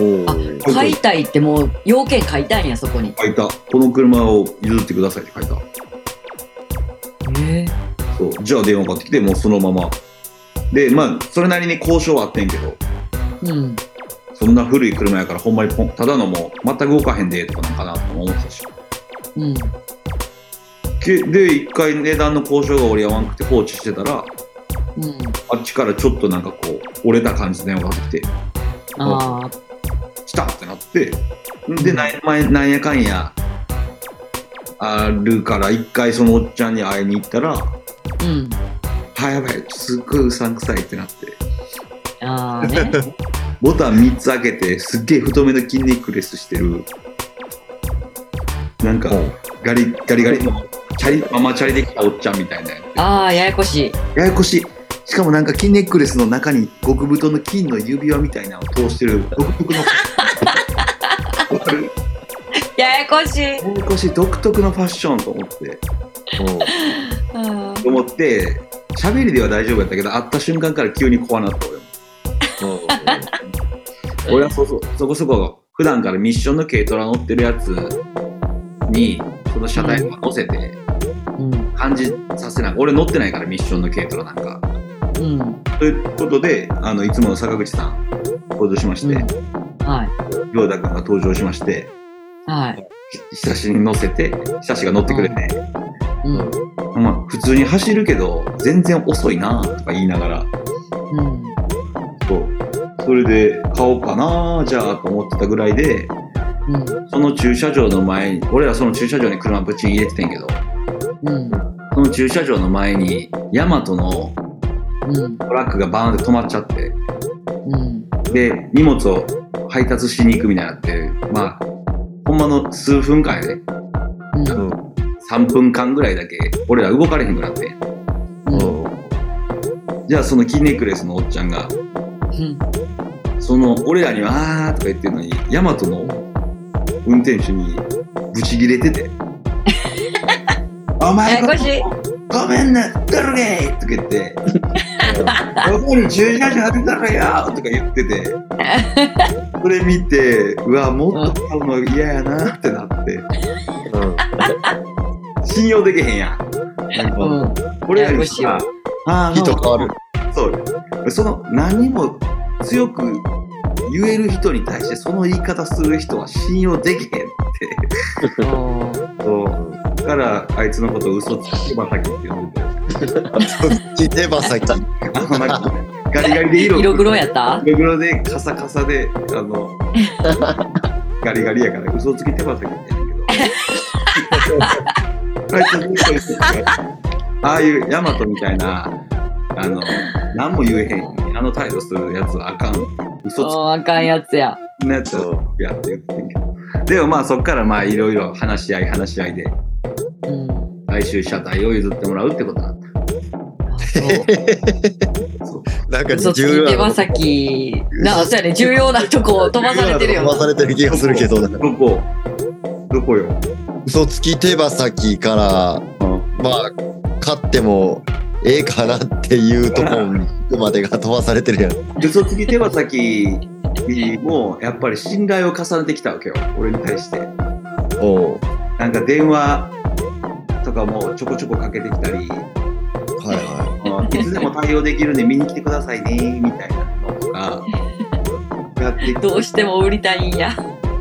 [SPEAKER 5] お
[SPEAKER 3] あ
[SPEAKER 5] ー
[SPEAKER 3] 書いたいってもう要件書いたんや、そこに。
[SPEAKER 4] 書いた。この車を譲ってくださいって書いた。
[SPEAKER 3] え
[SPEAKER 4] そう。じゃあ電話かかってきて、もうそのまま。で、まあ、それなりに交渉はあってんけど、
[SPEAKER 3] うん。
[SPEAKER 4] そんな古い車やからほんまにポン、ただのもう、全く動かへんで、とかなんかなとも思ってたし。
[SPEAKER 3] うん。
[SPEAKER 4] けで、一回値段の交渉が折り合わんくて放置してたら、
[SPEAKER 3] うん。
[SPEAKER 4] あっちからちょっとなんかこう、折れた感じで電話がかかってきて、
[SPEAKER 3] ああ。
[SPEAKER 4] 来たってなって、で、なんやなんやかんや、あるから、一回そのおっちゃんに会いに行ったら、は
[SPEAKER 3] うん。
[SPEAKER 4] いやばい、すっごいうさんくさいってなって、
[SPEAKER 3] ああね。 *laughs*
[SPEAKER 4] ボタン3つ開けて、すっげえ太めの筋肉レスしてる、なんか、ガリガリガリの、チャリ、ママチャリで来たおっちゃんみたいなやつ
[SPEAKER 3] ああ、ややこしい。
[SPEAKER 4] ややこしい。しかもなんか金ネックレスの中に極太の金の指輪みたいなのを通してる独 *laughs* 特のわかる
[SPEAKER 3] ややこしい。
[SPEAKER 4] ややこしい独特のファッションと思って
[SPEAKER 3] あー
[SPEAKER 4] 思って喋りでは大丈夫やったけど会った瞬間から急に怖なった俺も
[SPEAKER 5] うんうん
[SPEAKER 4] 俺はそうそうそこそこ普段からミッションの軽トラ乗ってるやつにその車体を乗せて
[SPEAKER 3] うん。
[SPEAKER 4] 感じさせない俺乗ってないからミッションの軽トラなんか
[SPEAKER 3] うん。
[SPEAKER 4] ということであのいつもの坂口さん登場しまして、
[SPEAKER 3] はい。
[SPEAKER 4] 亮太君が登場しまして
[SPEAKER 3] はい。
[SPEAKER 4] 久しに乗せて久しが乗ってくれて、
[SPEAKER 3] うん。
[SPEAKER 4] まあ、普通に走るけど全然遅いなとか言いなが
[SPEAKER 3] う
[SPEAKER 4] ら
[SPEAKER 3] ん。
[SPEAKER 4] そうそれで買おうかなじゃあと思ってたぐらいで
[SPEAKER 3] うん。
[SPEAKER 4] その駐車場の前に俺らその駐車場に車ぶちに入れててんけど
[SPEAKER 3] うん。
[SPEAKER 4] その駐車場の前にヤマトの
[SPEAKER 3] うん。
[SPEAKER 4] トラックがバーンって止まっちゃって
[SPEAKER 3] うん。
[SPEAKER 4] で荷物を配達しに行くみたいになってまあほんまの数分間やで
[SPEAKER 3] うん。
[SPEAKER 4] 3分間ぐらいだけ俺ら動かれへんくなって
[SPEAKER 3] うん。
[SPEAKER 4] じゃあそのキーネックレスのおっちゃんが
[SPEAKER 3] うん。
[SPEAKER 4] その俺らには「あー」とか言ってるのにヤマトの運転手にブチギレて
[SPEAKER 3] *laughs*
[SPEAKER 4] て「お
[SPEAKER 3] や
[SPEAKER 4] 前
[SPEAKER 3] や
[SPEAKER 4] ご
[SPEAKER 3] こしい。
[SPEAKER 4] ごめんなドルゲー!」とか言って「どこに駐車場あてたろよ!」とか言ってて
[SPEAKER 3] *laughs*
[SPEAKER 4] それ見てうわもっと買うの嫌やなってなって
[SPEAKER 5] うん
[SPEAKER 4] 信用できへんやんなんか
[SPEAKER 3] うん。
[SPEAKER 4] 俺ら
[SPEAKER 3] やや
[SPEAKER 4] に
[SPEAKER 3] こしいわ
[SPEAKER 4] さあー
[SPEAKER 5] 人変わる。
[SPEAKER 4] そうその何も強く言える人に対してその言い方する人は信用できへんってそうだからあいつのことを嘘つきばさきって呼んで *laughs* て
[SPEAKER 5] そっち手羽先。
[SPEAKER 4] あのなんかガリガリで色
[SPEAKER 3] 色黒やった
[SPEAKER 4] 色黒でカサカサであのガリガリやから嘘つき手羽先って言うんやけど *laughs* あいつは嘘ついてるからああいうヤマトみたいなあの何も言えへんあの態度するやつはあかん嘘つ
[SPEAKER 3] おーあかんやつや。
[SPEAKER 4] きなやつをやって言ってんけどでもまあそっからまあいろいろ話し合い話し合いで
[SPEAKER 3] うん。
[SPEAKER 4] 来週車体を譲ってもらうってことなんだ
[SPEAKER 3] あそ
[SPEAKER 4] そう
[SPEAKER 5] なんか
[SPEAKER 3] 嘘つ
[SPEAKER 5] 重
[SPEAKER 3] い手
[SPEAKER 5] 要
[SPEAKER 3] 羽
[SPEAKER 5] な
[SPEAKER 3] 先。なあ、そうやね。重要なとこ飛ばされてるよ
[SPEAKER 5] 飛ば
[SPEAKER 3] な。
[SPEAKER 5] されてる気がするけどな
[SPEAKER 4] どこどこよ、
[SPEAKER 5] 嘘つき手羽先から
[SPEAKER 4] うん、
[SPEAKER 5] まあ勝ってもええかなっていうところまでが飛ばされてるやん
[SPEAKER 4] 嘘つき手羽先にもやっぱり信頼を重ねてきたわけよ俺に対して
[SPEAKER 5] おう
[SPEAKER 4] なんか電話とかもちょこちょこかけてきたり
[SPEAKER 5] はいはい
[SPEAKER 4] つでも対応できるんで見に来てくださいねみたいなのとかやってきて
[SPEAKER 3] どうしても売りたいんや。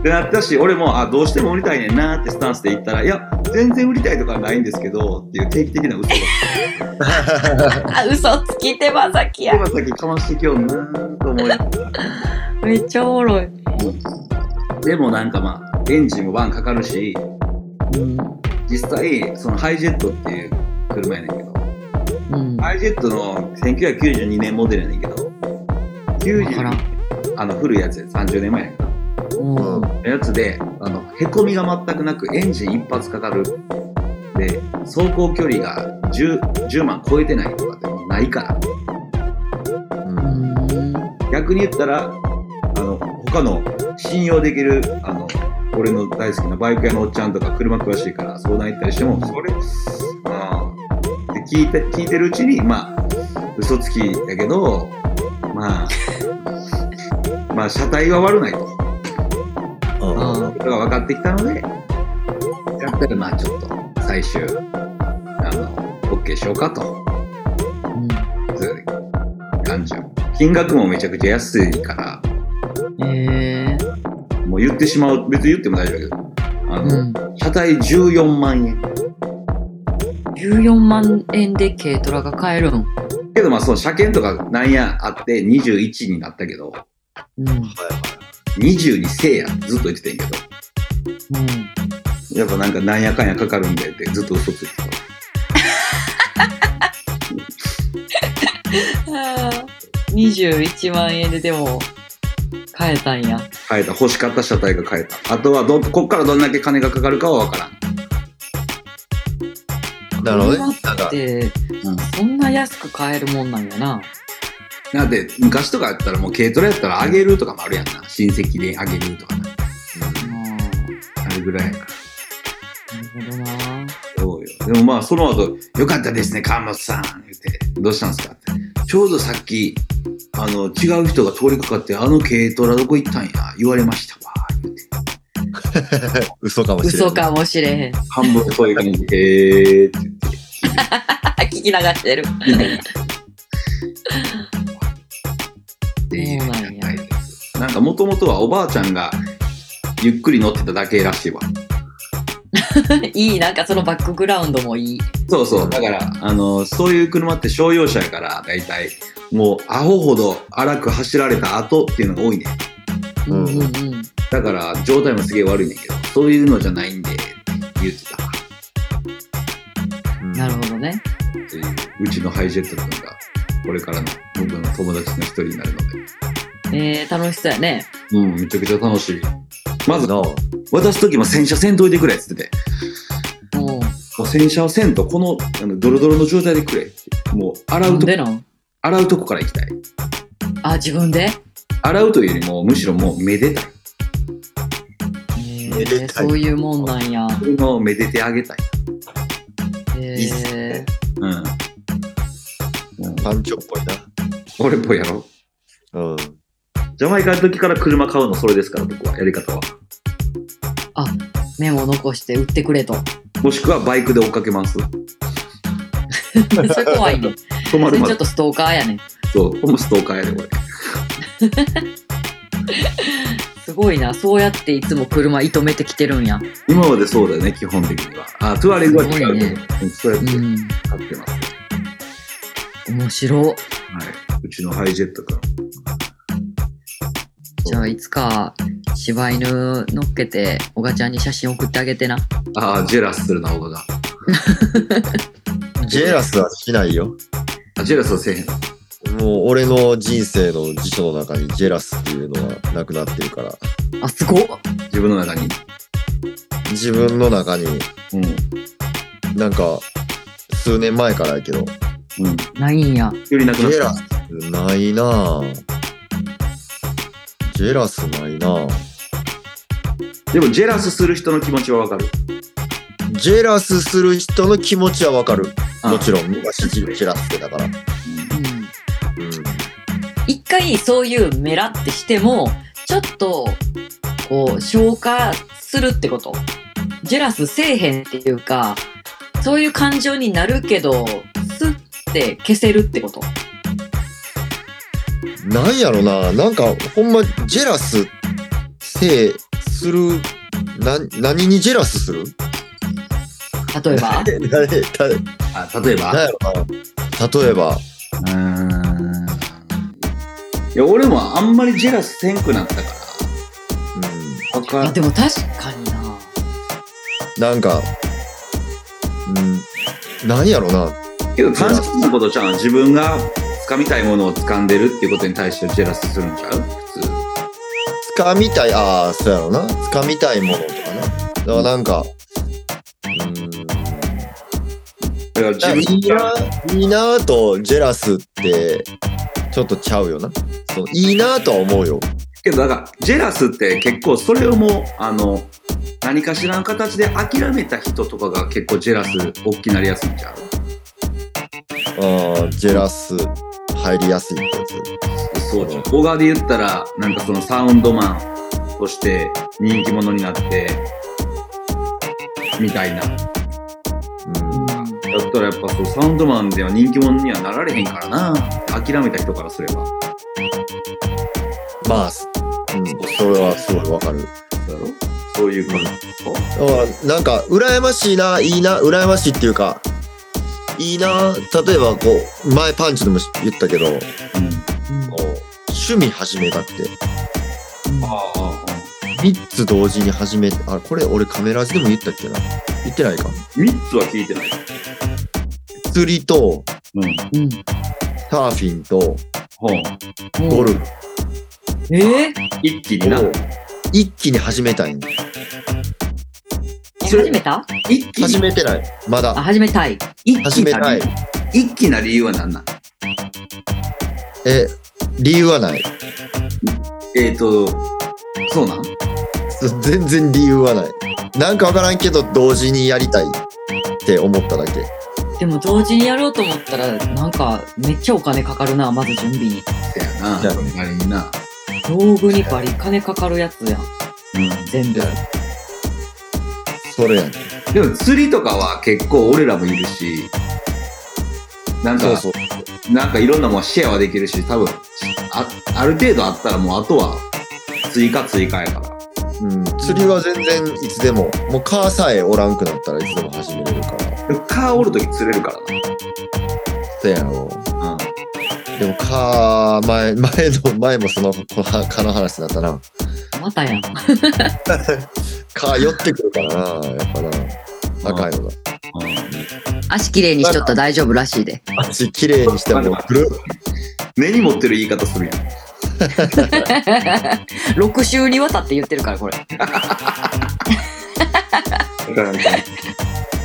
[SPEAKER 4] でなったし俺もあどうしても売りたいねんなってスタンスで言ったらいや全然売りたいとかはないんですけどっていう定期的な嘘が
[SPEAKER 3] あ、嘘つき手羽先
[SPEAKER 4] 手
[SPEAKER 3] や。
[SPEAKER 4] 羽先かましてきよんなと思いながら
[SPEAKER 3] めっちゃおもろい。
[SPEAKER 4] でもなんかまあエンジンもワンかかるし
[SPEAKER 3] うん。
[SPEAKER 4] 実際そのハイジェットっていう車やねんけど
[SPEAKER 3] うん。
[SPEAKER 4] ハイジェットの1992年モデルやねんけど
[SPEAKER 3] わから
[SPEAKER 4] 90
[SPEAKER 3] ん。
[SPEAKER 4] あの古いやつや30年前やねんけど
[SPEAKER 3] うん。
[SPEAKER 4] やつであのへこみが全くなくエンジン一発かかるで走行距離が 10, 10万超えてないとかってもうないから
[SPEAKER 5] うん
[SPEAKER 4] 逆に言ったらあの他の信用できるあの俺の大好きなバイク屋のおっちゃんとか車詳しいから相談行ったりしてもそれああって聞いて聞いてるうちにまあ嘘つきやけどまあまあ車体は悪ないと。
[SPEAKER 5] うん
[SPEAKER 3] あ
[SPEAKER 4] ことが分かってきたので、やったらまあちょっと最終、あの、OK しようかと、
[SPEAKER 3] あ。うん
[SPEAKER 4] いう感じよ金額もめちゃくちゃ安いか
[SPEAKER 3] えー
[SPEAKER 4] ら、もう言ってしまう、別に言っても大丈夫だけど、あ
[SPEAKER 3] う
[SPEAKER 4] の、
[SPEAKER 3] ん。
[SPEAKER 4] 車体14万円。
[SPEAKER 3] 14万円で軽トラが買えるん。
[SPEAKER 4] けどまあその車検とかなんやあって21になったけど、
[SPEAKER 3] うん。うん。
[SPEAKER 4] 22せいやずっと言ってたんやけど、やっぱなんかなんやかんやかかるんでってずっと嘘ついてた。
[SPEAKER 3] *laughs* 21万円ででも買えたんや。
[SPEAKER 4] 変えた。欲しかった車体が変えた。あとはど、こっからどんだけ金がかかるかは分からん。
[SPEAKER 5] なるほどね
[SPEAKER 3] 車って
[SPEAKER 4] うん
[SPEAKER 3] そんな安く買えるもんなんやな。
[SPEAKER 4] だって昔とかやったらもう軽トラやったらあげるとかもあるやんな親戚であげるとかなあれぐらいやか
[SPEAKER 3] なるほど
[SPEAKER 4] ら
[SPEAKER 3] な。
[SPEAKER 4] そうよでもまあその後「よかったですね川本さん」言って「どうしたんですか?」ってちょうどさっきあの違う人が通りかかって「あの軽トラどこ行ったんや」言われましたわ言って
[SPEAKER 5] 嘘かもしれない
[SPEAKER 3] 嘘かもしれへん。 *laughs*
[SPEAKER 4] 半分そういう感じで「へえ」って
[SPEAKER 3] 聞き流してる。 *laughs*
[SPEAKER 4] 言ってっていう
[SPEAKER 3] そう
[SPEAKER 4] み
[SPEAKER 3] なんや
[SPEAKER 4] たいですなんかもともとはおばあちゃんがゆっくり乗ってただけらしいわ
[SPEAKER 3] いい、なんかそのバックグラウンドもいい。
[SPEAKER 4] そうそう。だから、あの、そういう車って商用車やから、大体、もう、アホほど荒く走られた後っていうのが多いね。
[SPEAKER 5] うん
[SPEAKER 3] うんうん。
[SPEAKER 4] だから、状態もすげえ悪いねんけど、そういうのじゃないんで、って言ってた。
[SPEAKER 5] うん
[SPEAKER 3] なるほどね。
[SPEAKER 4] っていう、うちのハイジェット君が、これからの僕の友達の一人になるので、
[SPEAKER 3] えー、楽しそうやね。
[SPEAKER 4] うん、めちゃくちゃ楽しい。まず、
[SPEAKER 5] なあ
[SPEAKER 4] 渡す時も洗車せんといてくれっつってて、
[SPEAKER 3] も
[SPEAKER 4] もう洗車をせんと、このあのドロドロの状態でくれって。もう、
[SPEAKER 3] う、
[SPEAKER 4] 洗
[SPEAKER 3] なん
[SPEAKER 4] うとこ
[SPEAKER 3] で、なん
[SPEAKER 4] 洗うとこから行きたい。
[SPEAKER 3] あ、自分で
[SPEAKER 4] 洗うというよりも、むしろもう、めでたい。
[SPEAKER 3] えー
[SPEAKER 5] めでたい
[SPEAKER 3] そういうもんなんや。
[SPEAKER 4] 自分のめでてあげたい。
[SPEAKER 5] いっす
[SPEAKER 3] え
[SPEAKER 5] ね
[SPEAKER 4] うん。
[SPEAKER 5] パンチョっぽい
[SPEAKER 4] 俺っぽいやろ
[SPEAKER 5] なうん
[SPEAKER 4] ジャマイカの時から車買うのそれですから僕はやり方は
[SPEAKER 3] ー、メモ残して売ってくれと。 *laughs*
[SPEAKER 4] もしくはバイクで追っかけます
[SPEAKER 3] それ怖い
[SPEAKER 5] *laughs*
[SPEAKER 3] ね。
[SPEAKER 4] 止ま
[SPEAKER 3] そ
[SPEAKER 4] る
[SPEAKER 3] れち
[SPEAKER 4] ま
[SPEAKER 3] ょ
[SPEAKER 4] で
[SPEAKER 3] っとストーカーやね。
[SPEAKER 4] そうホームストーカーやで俺
[SPEAKER 3] すごいな。そうやっていつも車射止めてきてるんや。
[SPEAKER 4] 今までそうだよね基本的にはあトゥアレグは違うけ
[SPEAKER 3] すごい
[SPEAKER 4] ど、うんそうやって
[SPEAKER 3] うん。
[SPEAKER 4] 買ってます、
[SPEAKER 3] 面白。
[SPEAKER 4] はいうちのハイジェット君
[SPEAKER 3] じゃあ、いつか、柴犬乗っけて、おがちゃんに写真送ってあげてな。
[SPEAKER 4] ああジェラスするなオガが
[SPEAKER 5] ジェラスはしないよ
[SPEAKER 4] あジェラスはせえへんの
[SPEAKER 5] もう俺の人生の辞書の中にジェラスっていうのはなくなってるから
[SPEAKER 3] あ、すごっ
[SPEAKER 4] 自分の中に
[SPEAKER 5] 自分の中に
[SPEAKER 4] うん
[SPEAKER 5] なんか数年前からやけど
[SPEAKER 4] うん。
[SPEAKER 3] ないんや。
[SPEAKER 4] 一人なく
[SPEAKER 5] ジ
[SPEAKER 4] なっ
[SPEAKER 5] ェ
[SPEAKER 4] た
[SPEAKER 5] ラ。スないなぁジェラスないなぁ
[SPEAKER 4] でも、ジェラスする人の気持ちはわかる。
[SPEAKER 5] ジェラスする人の気持ちはわかる。もち
[SPEAKER 4] ろん。
[SPEAKER 5] ろん、昔ジェラスってだから。うん。
[SPEAKER 3] うん一回そういうメラってしても、ちょっと、こう、消化するってこと。ジェラスせえへんっていうか、そういう感情になるけど、スッて消せるってこと。
[SPEAKER 5] なんやろななんか、ほんま、ジェラス、せい、する、な、何にジェラスする
[SPEAKER 3] 例え
[SPEAKER 5] *laughs*
[SPEAKER 3] ば
[SPEAKER 5] え、誰、誰、
[SPEAKER 4] あ、例えば
[SPEAKER 5] なんやろな例えば、
[SPEAKER 4] うーんいや、俺もあんまりジェラスせんくなったか
[SPEAKER 5] う
[SPEAKER 4] ら。わか
[SPEAKER 3] あ、
[SPEAKER 4] る。
[SPEAKER 3] でも確かにな。
[SPEAKER 5] ん、なんか、うん、なんやろな
[SPEAKER 4] けど、単純なことじゃん。自分が掴みたいものを掴んでるっていうことに対してジェラスするんちゃう普通。
[SPEAKER 5] 掴みたい、ああ、そうやろな。掴みたいものとかな。だからなんか、うん、
[SPEAKER 4] だから
[SPEAKER 5] なんか
[SPEAKER 4] 自分が、
[SPEAKER 5] いいないいなぁとジェラスって、ちょっとちゃうよな。そういいなぁとは思うよ。
[SPEAKER 4] けど、だから、ジェラスって結構それをもう、あの、何かしらの形で諦めた人とかが結構ジェラス大きなりやすいんちゃう
[SPEAKER 5] うん、ジェラス入りやすいってやつ。
[SPEAKER 4] そうじゃん。小川で言ったら、なんかそのサウンドマンとして人気者になって、みたいな。
[SPEAKER 5] うん
[SPEAKER 4] だったらやっぱそうサウンドマンでは人気者にはなられへんからな諦めた人からすれば
[SPEAKER 5] まあ、すうん、それはすごいわかる。
[SPEAKER 4] だろそういう感じ、
[SPEAKER 5] うんなんか、羨ましいな、いいな、羨ましいっていうか、いいな、例えばこう、前パンチでも言ったけど、こう趣味始めたって、
[SPEAKER 4] ああ
[SPEAKER 5] 3つ同時に始め、あ、これ俺カメラ字でも言ったっけな言ってないか。
[SPEAKER 4] 3つは聞いてない
[SPEAKER 5] 釣りと、
[SPEAKER 4] うん
[SPEAKER 3] うん。
[SPEAKER 5] サーフィンと、
[SPEAKER 4] ほう
[SPEAKER 5] ゴルフ
[SPEAKER 3] えー、
[SPEAKER 4] 一気にな
[SPEAKER 5] を一気に始めたいん
[SPEAKER 4] それ
[SPEAKER 3] 始めた
[SPEAKER 4] 一気
[SPEAKER 5] 始
[SPEAKER 4] に
[SPEAKER 5] めてない。ま
[SPEAKER 3] あ、
[SPEAKER 5] だ。
[SPEAKER 3] 始めたい。
[SPEAKER 4] 一
[SPEAKER 5] 始
[SPEAKER 4] 気
[SPEAKER 5] め
[SPEAKER 4] な
[SPEAKER 5] たい
[SPEAKER 4] 理。一気な理由は何なん
[SPEAKER 5] え、理由はない。 *laughs*
[SPEAKER 4] えっ、ー、とそうなん
[SPEAKER 5] そう全然理由はない。なんかわからんけど、同時にやりたいって思っただけ。
[SPEAKER 3] でも同時にやろうと思ったら、なんか、めっちゃお金かかるな、まず準備に。
[SPEAKER 4] せやな
[SPEAKER 5] じゃあ
[SPEAKER 4] あれにな
[SPEAKER 3] 道具にバリ金かかるやつやん。
[SPEAKER 4] うん
[SPEAKER 3] 全部。
[SPEAKER 5] それやね
[SPEAKER 4] でも釣りとかは結構俺らもいるしなんか
[SPEAKER 5] そうそう。
[SPEAKER 4] なんかいろんなもんシェアはできるし多分あある程度あったらもうあとは追加追加やから
[SPEAKER 5] うん、釣りは全然いつでも、もうカーさえおらんくなったらいつでも始めれるから。
[SPEAKER 4] カーおるとき釣れるから
[SPEAKER 5] そやろ。
[SPEAKER 4] な。うん。
[SPEAKER 5] でもカー、前、前の、前もその、この、蚊の話になったな。
[SPEAKER 3] またやん。
[SPEAKER 5] カー寄ってくるからな、やっぱな。高いのが。
[SPEAKER 3] 足きれいにしとったら大丈夫らしい *laughs* で。
[SPEAKER 5] 足綺麗にしても、ぐる
[SPEAKER 4] 目に持ってる言い方するやん。
[SPEAKER 3] 6週にわたって言ってるから、これ。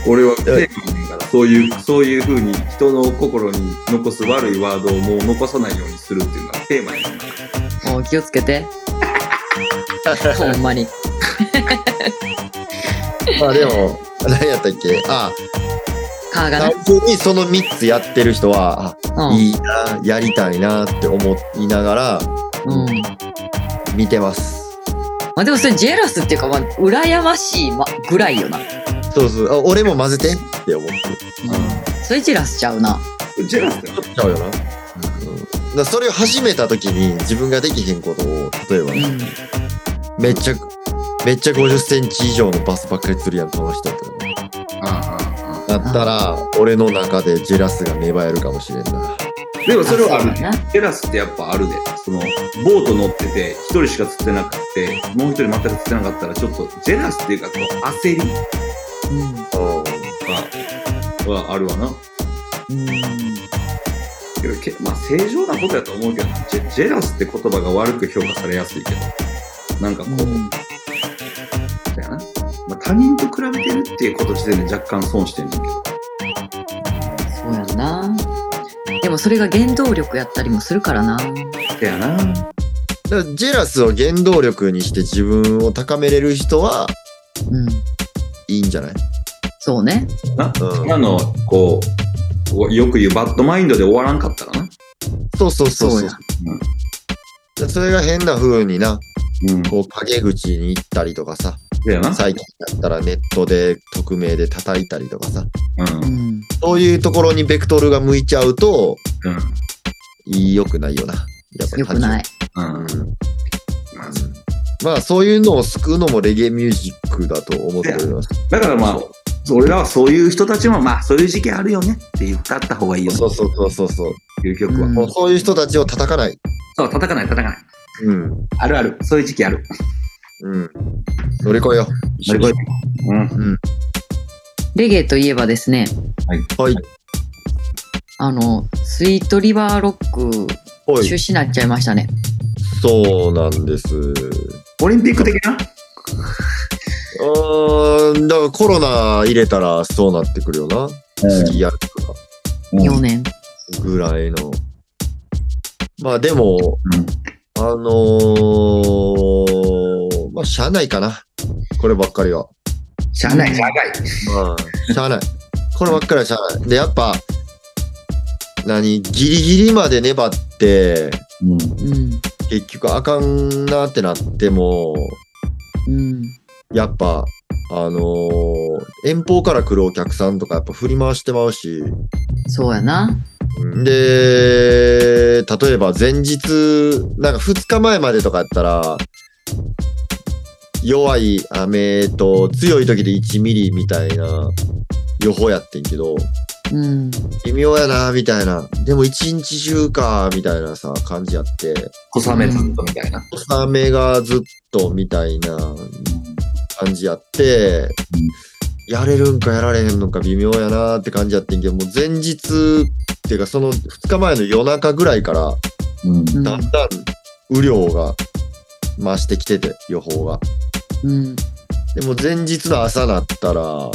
[SPEAKER 4] 俺はテーマやねんから、そういう、そういう風に人の心に残す悪いワードをもう残さないようにするっていうのがテーマやねんから。
[SPEAKER 3] もう気をつけ *laughs* て。ほんまに。
[SPEAKER 5] まあでも、何やったっけあ、
[SPEAKER 3] カーが
[SPEAKER 5] 単純にその3つやってる人は、あ
[SPEAKER 3] な。うん。
[SPEAKER 5] いいな、やりたいなって思いながら
[SPEAKER 3] うん。
[SPEAKER 5] 見てます。
[SPEAKER 3] まあでもそれジェラスっていうか、まあ、羨ましい、ま、ぐらいよな。
[SPEAKER 5] そうそう、あ俺も混ぜてって思ってる。
[SPEAKER 3] それジェラスちゃうな。
[SPEAKER 4] ジェラスだよ。
[SPEAKER 5] ちゃうよな。うん、だからそれを始めた時に自分ができへんことを、例えば
[SPEAKER 3] うん。
[SPEAKER 5] ね、めっちゃ、めっちゃ50センチ以上のバスばっかり釣るやん、この人とかね。
[SPEAKER 4] う
[SPEAKER 5] だったら、俺の中でジェラスが芽生えるかもしれんな。
[SPEAKER 4] んうん。でもそれはある
[SPEAKER 3] あそう
[SPEAKER 4] ね
[SPEAKER 3] だ。
[SPEAKER 4] ジェラスってやっぱあるで。その、ボート乗ってて、一人しか釣ってなくて、もう一人全く釣ってなかったら、ちょっと、ジェラスっていうか、こう、焦りが、はあるわな。
[SPEAKER 3] うん。
[SPEAKER 4] けどけまあ正常なことやと思うけどなジェジェラスって言葉が悪く評価されやすいけどなんかこう、
[SPEAKER 3] うん。
[SPEAKER 4] だよな、まあ、他人と比べてるっていうこと時点で若干損してんねんけど
[SPEAKER 3] そうやんな。でもそれが原動力やったりもするからな。
[SPEAKER 4] だよな。
[SPEAKER 5] だからジェラスを原動力にして自分を高めれる人は
[SPEAKER 3] うん。
[SPEAKER 5] いいんじゃない
[SPEAKER 3] そうね。
[SPEAKER 4] な
[SPEAKER 5] うん
[SPEAKER 4] 今の、こうこう、よく言うバッドマインドで終わらんかったらな。
[SPEAKER 5] そうそうそうそ
[SPEAKER 3] そう
[SPEAKER 5] うでそれが変な風にな、
[SPEAKER 4] うん。
[SPEAKER 5] こう陰口に行ったりとかさ、
[SPEAKER 4] だよな。
[SPEAKER 5] 最近だったらネットで匿名で叩いたりとかさ、
[SPEAKER 4] うん
[SPEAKER 3] う。ん。
[SPEAKER 5] そういうところにベクトルが向いちゃうと、
[SPEAKER 4] うん。
[SPEAKER 5] 良くないよな。やっぱり
[SPEAKER 3] よくない。
[SPEAKER 4] うん。
[SPEAKER 5] 単純に。うんまあそういうのを救うのもレゲエミュージックだと思っております。
[SPEAKER 4] だからまあ、俺らはそういう人たちも、まあ、そういう時期あるよねって言ったった方がいいよ、
[SPEAKER 5] そうそうそうそうそう。
[SPEAKER 4] いう曲は。
[SPEAKER 3] うん
[SPEAKER 5] もうそういう人たちを叩かない。
[SPEAKER 4] そう、叩かない、叩かない。
[SPEAKER 5] うん。
[SPEAKER 4] あるある。そういう時期ある。
[SPEAKER 5] うん。乗り越えよう。一緒に
[SPEAKER 4] うん。
[SPEAKER 3] レゲエといえばですね、
[SPEAKER 5] はい。
[SPEAKER 3] あの、スイートリバーロッ
[SPEAKER 5] は
[SPEAKER 3] ク中
[SPEAKER 5] い。
[SPEAKER 3] 止になっちゃいましたね。
[SPEAKER 5] そうなんです。う
[SPEAKER 4] オリンピック的な
[SPEAKER 5] ーん。だからコロナ入れたらそうなってくるよな。次やるとか
[SPEAKER 4] うん
[SPEAKER 3] 4年。
[SPEAKER 5] ぐらいの。まあでも、
[SPEAKER 4] うん
[SPEAKER 5] あのー、まあ、しゃあないかな。こればっかりは。
[SPEAKER 4] しゃあない、しゃあない。
[SPEAKER 5] まあ、しゃあない。こればっかりはしゃあない。で、やっぱ、何、ギリギリまで粘って、
[SPEAKER 4] うん。
[SPEAKER 3] うん。
[SPEAKER 5] 結局あかんなってなっても、
[SPEAKER 3] うん。
[SPEAKER 5] やっぱ、あのー遠方から来るお客さんとかやっぱ振り回してまうし、
[SPEAKER 3] そうやな。
[SPEAKER 5] で、例えば前日、なんか2日前までとかやったら、弱い雨と強い時で1ミリみたいな予報やってんけど、
[SPEAKER 3] うん。
[SPEAKER 5] 微妙やな、みたいな。でも一日中か、みたいなさ、感じやって、
[SPEAKER 4] 小雨ずっとみたいな。
[SPEAKER 5] 小雨がずっと、みたいな感じやって、やれるんかやられへんのか微妙やなって感じやってんけど、もう前日っていうかその2日前の夜中ぐらいから、
[SPEAKER 4] うん。
[SPEAKER 3] うん
[SPEAKER 5] だんだん雨量が増してきてて、予報が。
[SPEAKER 3] うん。
[SPEAKER 5] でも前日の朝なったら、も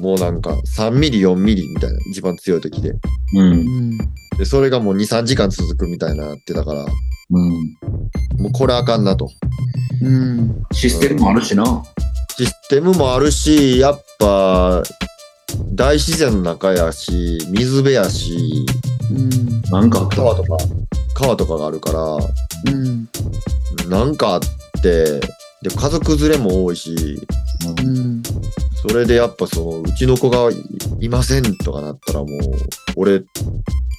[SPEAKER 5] うなんか3ミリ、4ミリみたいな、一番強い時で。
[SPEAKER 4] うん。
[SPEAKER 3] うん。
[SPEAKER 5] で、それがもう2、3時間続くみたいなってだから、
[SPEAKER 4] うん。
[SPEAKER 5] もうこれあかんなと。
[SPEAKER 3] うん。
[SPEAKER 4] システムもあるしな。
[SPEAKER 5] システムもあるし、やっぱ、大自然の中やし、水辺やし、
[SPEAKER 3] うん。
[SPEAKER 4] なんかあった
[SPEAKER 5] 川とか、川とかがあるから、
[SPEAKER 3] うん。
[SPEAKER 5] なんかあって、で、家族連れも多いし、
[SPEAKER 3] うん。
[SPEAKER 5] それでやっぱその、うちの子がいいませんとかなったらもう、俺、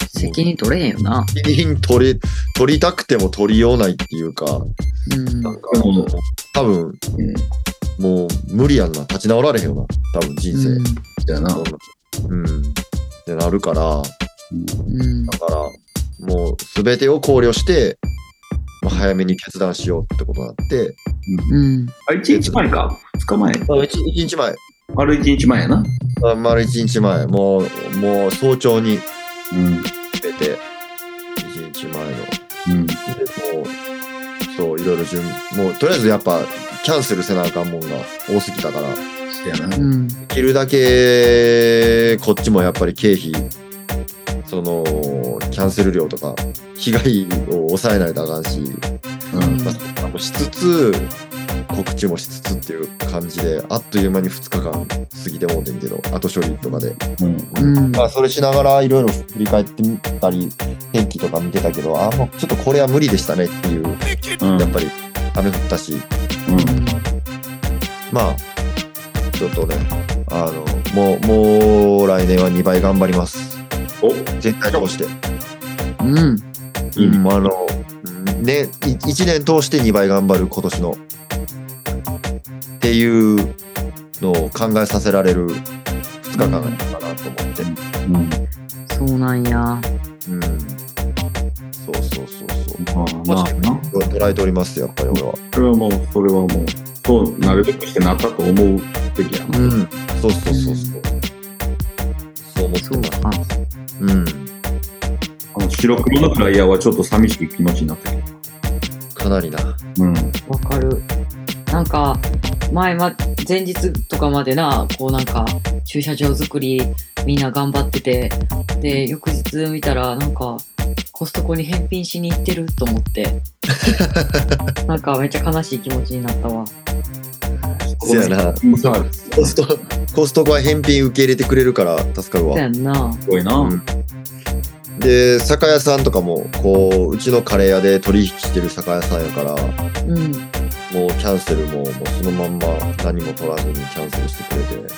[SPEAKER 3] 責任取れへんよな。
[SPEAKER 5] 責任取り、取りたくても取りようないっていうか、
[SPEAKER 3] うん。
[SPEAKER 5] なんか
[SPEAKER 4] うん、
[SPEAKER 5] 多分、
[SPEAKER 4] うん。
[SPEAKER 5] もう無理やんな。立ち直られへんよな。多分人生。
[SPEAKER 4] だよな。
[SPEAKER 5] うん。ってなるから、
[SPEAKER 3] うん。
[SPEAKER 5] だから、もうすべてを考慮して、まあ、早めに決断しようってことになって、
[SPEAKER 3] うん。
[SPEAKER 4] あ、1日前か。2日前。
[SPEAKER 5] まあ、一一日前、
[SPEAKER 4] 丸1日前やな。
[SPEAKER 5] まあ、丸一日前、もう、もう早朝に
[SPEAKER 4] うん。
[SPEAKER 5] 出て、一日前の。
[SPEAKER 4] うん。
[SPEAKER 5] で、もう、そう、いろいろ準備、もう、とりあえずやっぱ、キャンセルせなあかんもんが多すぎたから、で
[SPEAKER 4] そうやな。
[SPEAKER 3] うん。
[SPEAKER 5] きるだけ、こっちもやっぱり経費、その、キャンセル料とか、被害を抑えないとあかんし、
[SPEAKER 4] うん。
[SPEAKER 5] まあもうしつつ告知もしつつっていう感じであっという間に2日間過ぎてもうてんけど後処理とかで、
[SPEAKER 4] うん。
[SPEAKER 3] うん。
[SPEAKER 5] まあ、それしながらいろいろ振り返ってみたり天気とか見てたけどあーもうちょっとこれは無理でしたねっていう
[SPEAKER 4] うん。
[SPEAKER 5] やっぱり雨降ったしまあちょっとねあのもうもう来年は2倍頑張ります
[SPEAKER 4] お
[SPEAKER 5] 全体通して、
[SPEAKER 3] うん。
[SPEAKER 5] うん、あのね1年通して2倍頑張る今年のっていうのを考えさせられる2日間だったかなと思って、
[SPEAKER 4] うん。
[SPEAKER 3] そうなんや。
[SPEAKER 5] うんそうそうそうそう
[SPEAKER 4] まあ、まあな。
[SPEAKER 5] これ捉えておりますやっぱり俺は
[SPEAKER 4] それはもう、それはもう、そうなるべくしてなったと思うべきやな。
[SPEAKER 5] んそうそうそうそうそう思って
[SPEAKER 3] そう
[SPEAKER 5] ます
[SPEAKER 3] か。
[SPEAKER 5] うん
[SPEAKER 4] あの白黒のフライヤーはちょっと寂しい気持ちになったけど。
[SPEAKER 5] かなりな
[SPEAKER 4] うん。
[SPEAKER 3] わかる。なんか、前、ま、前日とかまでな、こうなんか、駐車場作り、みんな頑張ってて、で、翌日ツ見たらなんかコストコに返品しに行ってると思ってなんかめっちゃ悲しい気持ちになったわ
[SPEAKER 5] そうやな。
[SPEAKER 4] そうです
[SPEAKER 5] コスト、コストコは返品受け入れてくれるから助かる
[SPEAKER 3] そうや
[SPEAKER 5] わ。
[SPEAKER 3] んな
[SPEAKER 4] ごいな。
[SPEAKER 5] うんで、酒屋さんとかも、こう、うちのカレー屋で取引してる酒屋さんやから、
[SPEAKER 3] うん
[SPEAKER 5] もうキャンセルも、もうそのまんま何も取らずにキャンセルしてくれて。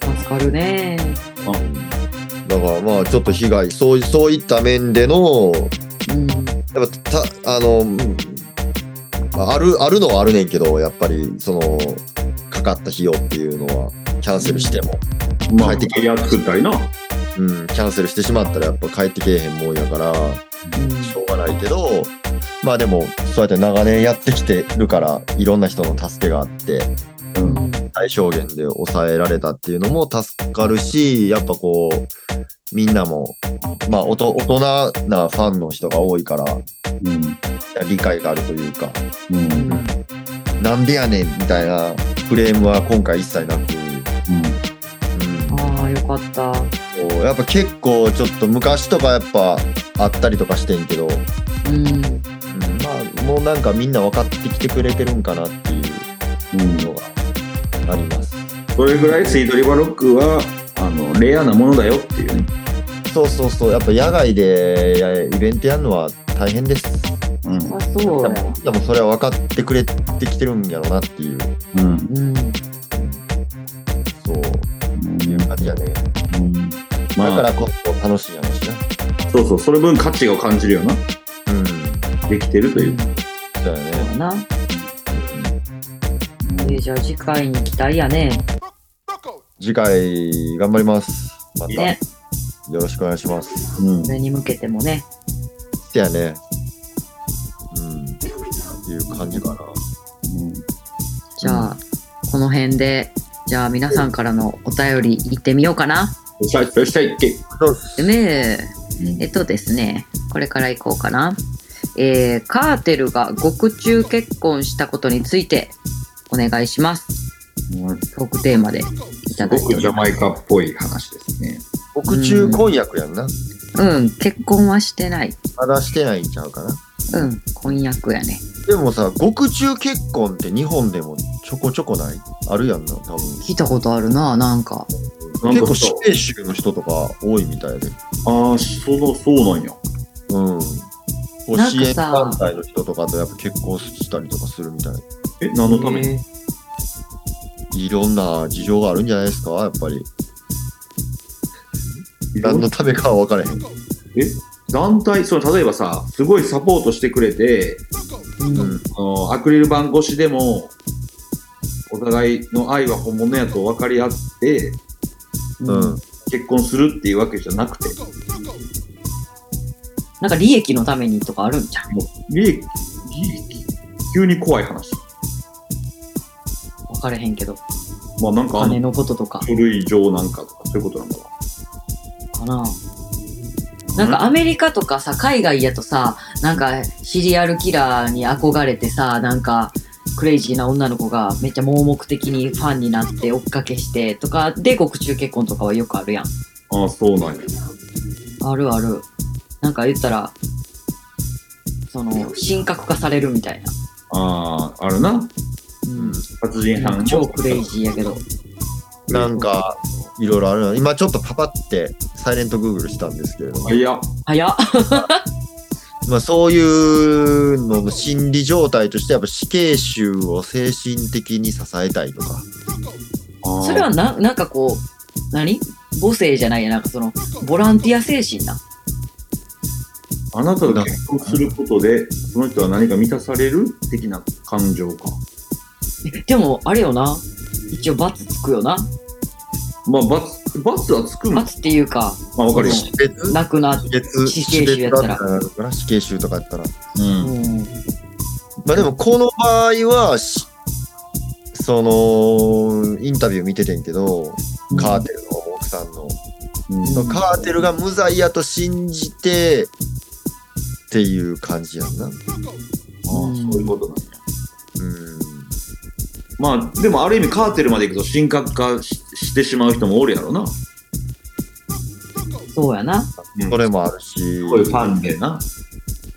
[SPEAKER 3] 助かるね
[SPEAKER 5] だからまあちょっと被害そういそういった面での
[SPEAKER 3] うん
[SPEAKER 5] やっぱたあのうんあるあるのはあるねんけどやっぱりそのかかった費用っていうのはキャンセルしても、
[SPEAKER 4] まあ、
[SPEAKER 5] 帰ってき
[SPEAKER 4] タイヤ作ったりな。
[SPEAKER 5] うん、キャンセルしてしまったらやっぱ帰ってけえへんもんやからしょうがないけどまあでもそうやって長年やってきてるからいろんな人の助けがあって
[SPEAKER 3] うん
[SPEAKER 4] う
[SPEAKER 5] 最小限で抑えられたっていうのも助かるし、やっぱこう、みんなも、まあ、おと大人なファンの人が多いから、
[SPEAKER 4] ん。
[SPEAKER 5] 理解があるというか、
[SPEAKER 4] うん。うん。
[SPEAKER 3] うん
[SPEAKER 5] なんでやねんみたいなフレームは今回一切なく、うん
[SPEAKER 3] ああよかった
[SPEAKER 5] こうやっぱ結構ちょっと昔とかやっぱあったりとかしてんけど、うん
[SPEAKER 3] うん
[SPEAKER 5] まあ、もうなんかみんな分かってきてくれてるんかなっていう
[SPEAKER 4] うん
[SPEAKER 5] のがあります。
[SPEAKER 4] それぐらいスイートリバロックは、あの、レアなものだよっていうね。
[SPEAKER 5] そうそうそう、やっぱ野外でやイベントやるのは大変です。
[SPEAKER 4] うん。
[SPEAKER 3] あそう
[SPEAKER 5] でもでもそれは分かってくれてきてるんやろなっていう、
[SPEAKER 4] うん。
[SPEAKER 3] うん
[SPEAKER 5] そう
[SPEAKER 4] うん
[SPEAKER 5] 感じやね。だ
[SPEAKER 4] ま
[SPEAKER 5] か
[SPEAKER 4] あ、
[SPEAKER 5] らこそ楽しいやろしな。
[SPEAKER 4] そうそう、それ分価値を感じるよな。
[SPEAKER 5] うん。
[SPEAKER 4] できてるという。
[SPEAKER 5] そうや
[SPEAKER 3] そう
[SPEAKER 5] ね。
[SPEAKER 3] やなえーじゃあ次回に期待やね
[SPEAKER 5] 次回頑張ります。またよ
[SPEAKER 3] ね
[SPEAKER 5] ろしくお願いします。
[SPEAKER 4] うん
[SPEAKER 3] そ。れに向けてもね
[SPEAKER 5] せやね。うん。っていう感じかな。
[SPEAKER 3] じゃあ、この辺で、じゃあ皆さんからのお便り行ってみようかな。
[SPEAKER 4] よっしゃ、よっしゃ、いけ。
[SPEAKER 3] でねえっとですね、これから行こうかな。えー、カーテルが獄中結婚したことについてお願いします。トークテーマでいただい
[SPEAKER 4] ご
[SPEAKER 3] てお
[SPEAKER 4] く
[SPEAKER 3] り
[SPEAKER 4] ジャ
[SPEAKER 3] ま
[SPEAKER 4] マイカっぽい話ですね。
[SPEAKER 5] 僕中婚約やんな。
[SPEAKER 3] す。うん、結婚はしてない。
[SPEAKER 5] まだしてないんちゃうかな。
[SPEAKER 3] うん、婚約やね。
[SPEAKER 5] でもさ、獄中結婚って日本でもちょこちょこないあるやんな、多分。
[SPEAKER 3] 聞いたことあるな、なんか。
[SPEAKER 4] なん
[SPEAKER 5] 結
[SPEAKER 4] か
[SPEAKER 5] 構
[SPEAKER 4] そ
[SPEAKER 5] 死
[SPEAKER 4] う
[SPEAKER 5] 刑囚の人とか多いみたいで。
[SPEAKER 4] ああ、そう、そうなんや。
[SPEAKER 5] うん。
[SPEAKER 3] なん
[SPEAKER 5] 支
[SPEAKER 3] か
[SPEAKER 5] 援
[SPEAKER 3] さ
[SPEAKER 5] 団体の人とかとやっぱ結婚したりとかするみたい。
[SPEAKER 4] え、何のために
[SPEAKER 5] いろんな事情があるんじゃないですかやっぱり。何のためかは分からへん。
[SPEAKER 4] え団体、その例えばさ、すごいサポートしてくれて、
[SPEAKER 5] うん。
[SPEAKER 4] あのアクリル板越しでも、お互いの愛は本物やと分かり合って、
[SPEAKER 5] うん。
[SPEAKER 4] 結婚するっていうわけじゃなくて、
[SPEAKER 3] なんか利益のためにとかあるんじゃん。
[SPEAKER 4] 利益、利益急に怖い話。
[SPEAKER 3] わかれへんけど。
[SPEAKER 4] まあなん
[SPEAKER 3] お
[SPEAKER 4] か、あ
[SPEAKER 3] 金
[SPEAKER 4] の
[SPEAKER 3] のこととか
[SPEAKER 4] 書類上なんかとか、そういうことなんだわ。
[SPEAKER 3] かな。なんかアメリカとかさ、海外やとさ、なんかシリアルキラーに憧れてさ、なんかクレイジーな女の子がめっちゃ盲目的にファンになって追っかけしてとかで獄中結婚とかはよくあるやん。
[SPEAKER 4] ああ、そうなんや。
[SPEAKER 3] あるある。なんか言ったら、その、神格化されるみたいな。
[SPEAKER 4] ああ、あるな。
[SPEAKER 3] うん。
[SPEAKER 4] 殺
[SPEAKER 3] な
[SPEAKER 4] 人
[SPEAKER 3] んか
[SPEAKER 4] 犯
[SPEAKER 3] 超クレイジーやけど。
[SPEAKER 5] なんか、いろいろあるな。今ちょっとパパって、サイレントグーグルしたんですけれども
[SPEAKER 4] あ、。いや、
[SPEAKER 3] 早っ。
[SPEAKER 5] まあそういうのの心理状態として、やっぱ死刑囚を精神的に支えたいとか。
[SPEAKER 4] あー
[SPEAKER 3] それはな、なんかこう、何母性じゃないや。なんかその、ボランティア精神な。
[SPEAKER 4] あなたが結婚することで、その人は何か満たされる的な感情か。
[SPEAKER 3] えでも、あれよな。一応、罰つくよな。
[SPEAKER 4] まあ、罰、罰はつくもん。
[SPEAKER 3] 罰っていうか、
[SPEAKER 4] まあ、わかるよ。
[SPEAKER 3] そ
[SPEAKER 5] 別
[SPEAKER 3] なくなって。
[SPEAKER 5] 別
[SPEAKER 3] 死刑囚やったら
[SPEAKER 5] 死別だなのかな死刑囚とかやったら。
[SPEAKER 4] うん。
[SPEAKER 3] うん。
[SPEAKER 5] まあでもこの場合はしそのインタビュー見ててんけどカーテルの奥さんの、
[SPEAKER 4] うん
[SPEAKER 5] カーテルが無罪やと信じてっていう感じやんなう
[SPEAKER 4] あ
[SPEAKER 5] ん
[SPEAKER 4] あそういうことなんや。まあ、でもある意味カーテルまで行くと神格化ししてしまう人もおるやろな。
[SPEAKER 3] そうやな。
[SPEAKER 5] それもあるし。
[SPEAKER 4] こういうパンでな。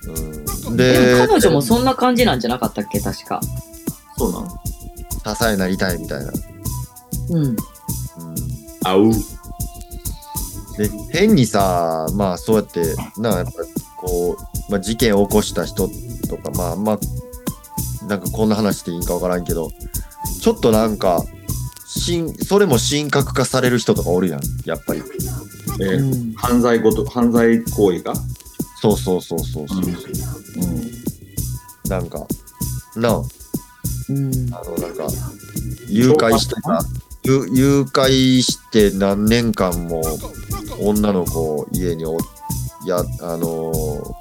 [SPEAKER 5] うん
[SPEAKER 3] で
[SPEAKER 5] で
[SPEAKER 3] も、彼女もそんな感じなんじゃなかったっけ、確か。
[SPEAKER 4] そうなの
[SPEAKER 5] 多彩になりたいみたいな。
[SPEAKER 3] うん。
[SPEAKER 5] うん
[SPEAKER 4] あう。
[SPEAKER 5] で変にさまあそうやってなんかやっぱこう、まあ、事件を起こした人とかまあまあなんかこんな話していいんかわからんけどちょっとなんかしんそれも神格化される人とかおるやんやっぱり
[SPEAKER 4] え
[SPEAKER 3] う
[SPEAKER 4] ー
[SPEAKER 3] ん。
[SPEAKER 4] 犯罪ごと、犯罪行為が。
[SPEAKER 5] そうそうそうそうそう、なんかなあ
[SPEAKER 3] うん。
[SPEAKER 5] あのなんか誘拐してた誘誘拐して何年間も女の子を家におやあのー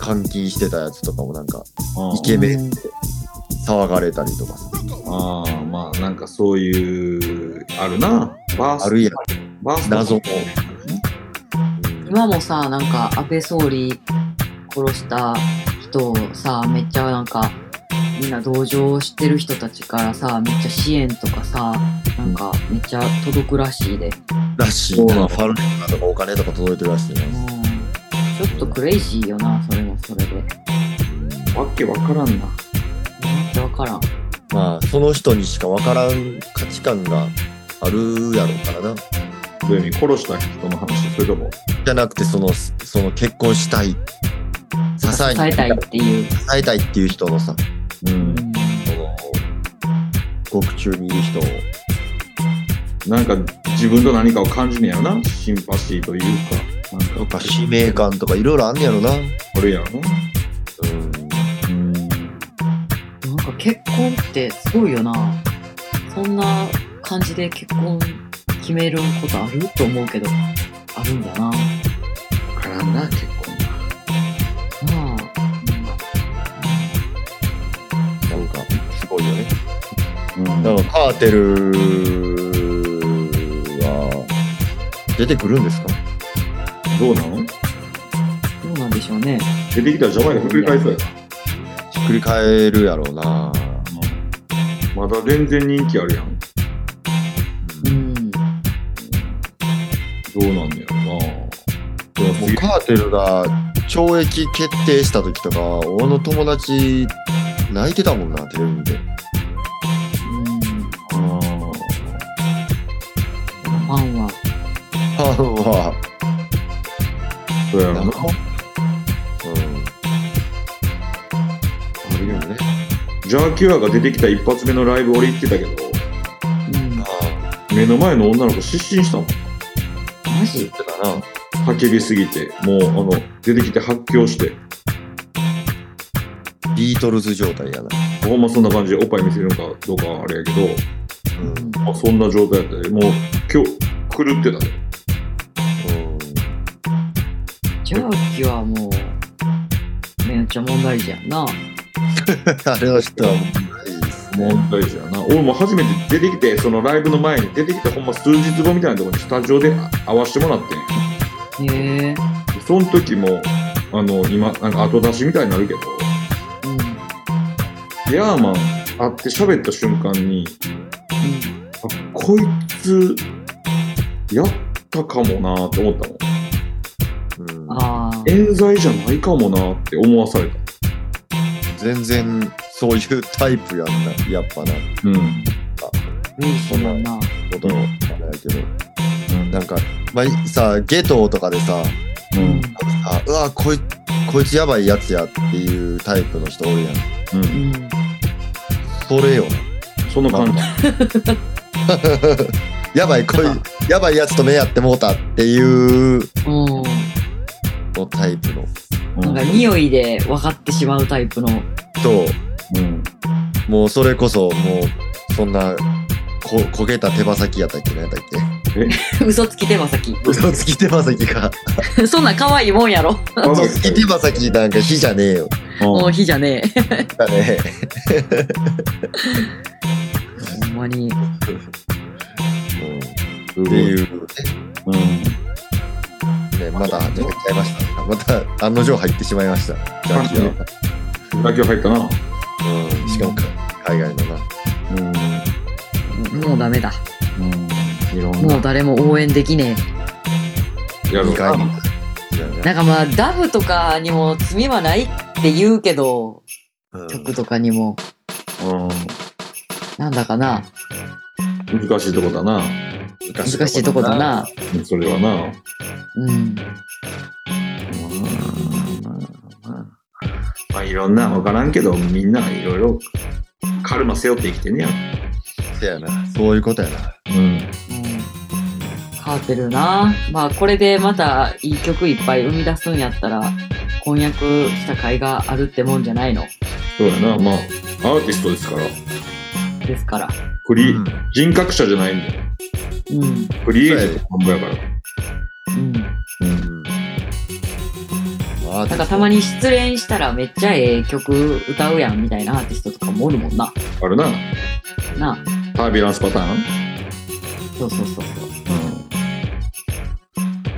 [SPEAKER 5] 監禁してたやつとかもなんか
[SPEAKER 4] うん
[SPEAKER 5] イケメンって騒がれたりとかさ
[SPEAKER 4] ああ、まあなんかそういう、あるな。バース
[SPEAKER 5] あるいは
[SPEAKER 4] バース
[SPEAKER 5] 謎も
[SPEAKER 3] 今もさなんか安倍総理殺した人をさめっちゃなんかみんな同情してる人たちからさめっちゃ支援とかさなんかめっちゃ届くらしいで、
[SPEAKER 5] らしい
[SPEAKER 4] そうな
[SPEAKER 5] な
[SPEAKER 4] の
[SPEAKER 5] ファルレンガとかお金とか届いてるらしいな
[SPEAKER 3] うん、ちょっとクレイジーよなそれもそれで
[SPEAKER 4] わけわからんな。
[SPEAKER 3] なんて分からん
[SPEAKER 5] まあその人にしかわからん価値観があるやろうから
[SPEAKER 4] ど
[SPEAKER 5] な
[SPEAKER 4] ういう意味殺した人の話、それとも。
[SPEAKER 5] じゃなくてそのその結婚したい支え
[SPEAKER 3] 支えたいっていう、
[SPEAKER 5] 支えたいっていう人のさ
[SPEAKER 4] うん
[SPEAKER 3] うん、
[SPEAKER 5] その獄中にいる人を
[SPEAKER 4] なんか自分と何かを感じるんやろな。シンパシーというか。なんか
[SPEAKER 5] とか使命感とかいろいろあんねやろなう
[SPEAKER 4] あ
[SPEAKER 5] ん
[SPEAKER 4] るやろな。うん。
[SPEAKER 3] なんか結婚ってすごいよなそんな感じで結婚決めることあると思うけどあるんだな
[SPEAKER 4] わからんな、結婚
[SPEAKER 3] まあ
[SPEAKER 5] なんかすごいよね
[SPEAKER 4] うん
[SPEAKER 5] だからカーテルは出てくるんですか
[SPEAKER 4] どうなの
[SPEAKER 3] どうなんでしょうね。
[SPEAKER 4] 出てきたらジャマイカひっくり返そうや
[SPEAKER 5] ひっくり返るやろうな
[SPEAKER 4] な。まだ全然人気あるやん。
[SPEAKER 3] うん。
[SPEAKER 4] どうなんだよな。でも
[SPEAKER 5] もうカーテルが懲役決定した時とか俺の友達泣いてたもんなテレビで
[SPEAKER 3] ファンは。
[SPEAKER 5] ファンは
[SPEAKER 4] そうやろ
[SPEAKER 5] な
[SPEAKER 4] な。
[SPEAKER 5] うん
[SPEAKER 4] あるよね
[SPEAKER 5] ね
[SPEAKER 4] ジャーキュアが出てきた一発目のライブ俺行ってたけど、
[SPEAKER 3] うん。
[SPEAKER 4] 目の前の女の子失神したもん。
[SPEAKER 3] マジ
[SPEAKER 5] だからな
[SPEAKER 4] 叫びすぎて、もうあの、出てきて発狂して、
[SPEAKER 5] ビートルズ状態やな
[SPEAKER 4] ほんまそんな感じでおっぱい見せるのかどうかはあれやけど、
[SPEAKER 5] うん
[SPEAKER 4] まあ、そんな状態やったで、もう今日狂ってたで。
[SPEAKER 5] うん
[SPEAKER 3] ジャーキはもう、めっちゃ問題児やんな。
[SPEAKER 5] *laughs* あれは人はもうないですね。
[SPEAKER 4] 問題児やな俺も初めて出てきてそのライブの前に出てきてほんま数日後みたいなところにスタジオで会わしてもらってん
[SPEAKER 3] へえ。
[SPEAKER 4] その時もあの今なんか後出しみたいになるけど
[SPEAKER 3] うん。
[SPEAKER 4] ヤーマン会って喋った瞬間にあこいつやったかもなーって思ったもん
[SPEAKER 5] うん
[SPEAKER 3] うん。ああ。
[SPEAKER 4] 冤罪じゃないかもなーって思わされた
[SPEAKER 5] 全然そういうタイプやんな、やっぱな、
[SPEAKER 4] うん、
[SPEAKER 3] ウェイシーやんな。
[SPEAKER 5] ことはないけど。なんか、まあ、さ、ゲトとかでさ、
[SPEAKER 4] う。
[SPEAKER 3] うん
[SPEAKER 5] あうわこい、こいつやばいやつやっていうタイプの人おるや
[SPEAKER 4] う
[SPEAKER 5] ん。
[SPEAKER 3] うんん。
[SPEAKER 5] それよ。
[SPEAKER 4] その感じ
[SPEAKER 5] *laughs* やばい、こい、やばいやつと目やってもうたっていう
[SPEAKER 3] うん。
[SPEAKER 5] のタイプの
[SPEAKER 3] なんか
[SPEAKER 4] う
[SPEAKER 3] 匂いで分かってしまうタイプの。
[SPEAKER 5] 人、
[SPEAKER 4] ん
[SPEAKER 5] もうそれこそ、もう、そんな、こ焦げた手羽先やったっけ、何やったっけ。
[SPEAKER 3] 嘘つき手羽先。
[SPEAKER 5] 嘘つき手羽先か。
[SPEAKER 3] *laughs* そんなん可愛いもんやろ。
[SPEAKER 5] 嘘つき手羽先なんか火じゃねえ
[SPEAKER 4] うん
[SPEAKER 5] よ。
[SPEAKER 3] もう火じゃねえ。
[SPEAKER 5] だね。
[SPEAKER 3] ほんまに。
[SPEAKER 5] うん、っていう、
[SPEAKER 4] うん
[SPEAKER 5] ね、まだ出てきちゃいました。また案の定入ってしまいました。ジャーキーは
[SPEAKER 4] だけは入ったな
[SPEAKER 5] うん、しかもか海外のな。
[SPEAKER 4] うん
[SPEAKER 3] もうダメだ。
[SPEAKER 4] うんいろん
[SPEAKER 3] もう誰も応援できねえ。
[SPEAKER 4] やろ
[SPEAKER 5] 2
[SPEAKER 4] う
[SPEAKER 5] 回
[SPEAKER 4] な
[SPEAKER 5] に。
[SPEAKER 3] なんかまあ、ダブとかにも罪はないって言うけど、
[SPEAKER 5] うん
[SPEAKER 3] 曲とかにも、
[SPEAKER 4] う
[SPEAKER 3] なんだかな、
[SPEAKER 4] ん難しいとこだな
[SPEAKER 3] 難しいとこだ。な。
[SPEAKER 4] それはな
[SPEAKER 3] うん。
[SPEAKER 4] まあいろんな分からんけどみんないろいろカルマ背負って生きてんねや
[SPEAKER 5] せやな。そういうことやな。
[SPEAKER 4] うん
[SPEAKER 3] うんカーペルな。まあ、これでまたいい曲いっぱい生み出すんやったら、婚約した甲斐があるってもんじゃないの
[SPEAKER 4] そうやなまあアーティストですから
[SPEAKER 3] ですから。
[SPEAKER 4] クリ、
[SPEAKER 5] うん
[SPEAKER 4] 人格者じゃないんだよ
[SPEAKER 3] うん。うん。
[SPEAKER 4] クリエイティブなんぼやから
[SPEAKER 5] うん。まあ
[SPEAKER 3] なんかたまに失恋したらめっちゃええ曲歌うやんみたいなアーティストとかもおるもんな。
[SPEAKER 4] あるな
[SPEAKER 3] なあ。
[SPEAKER 4] タービュランスパターン
[SPEAKER 3] そうそうそうそう。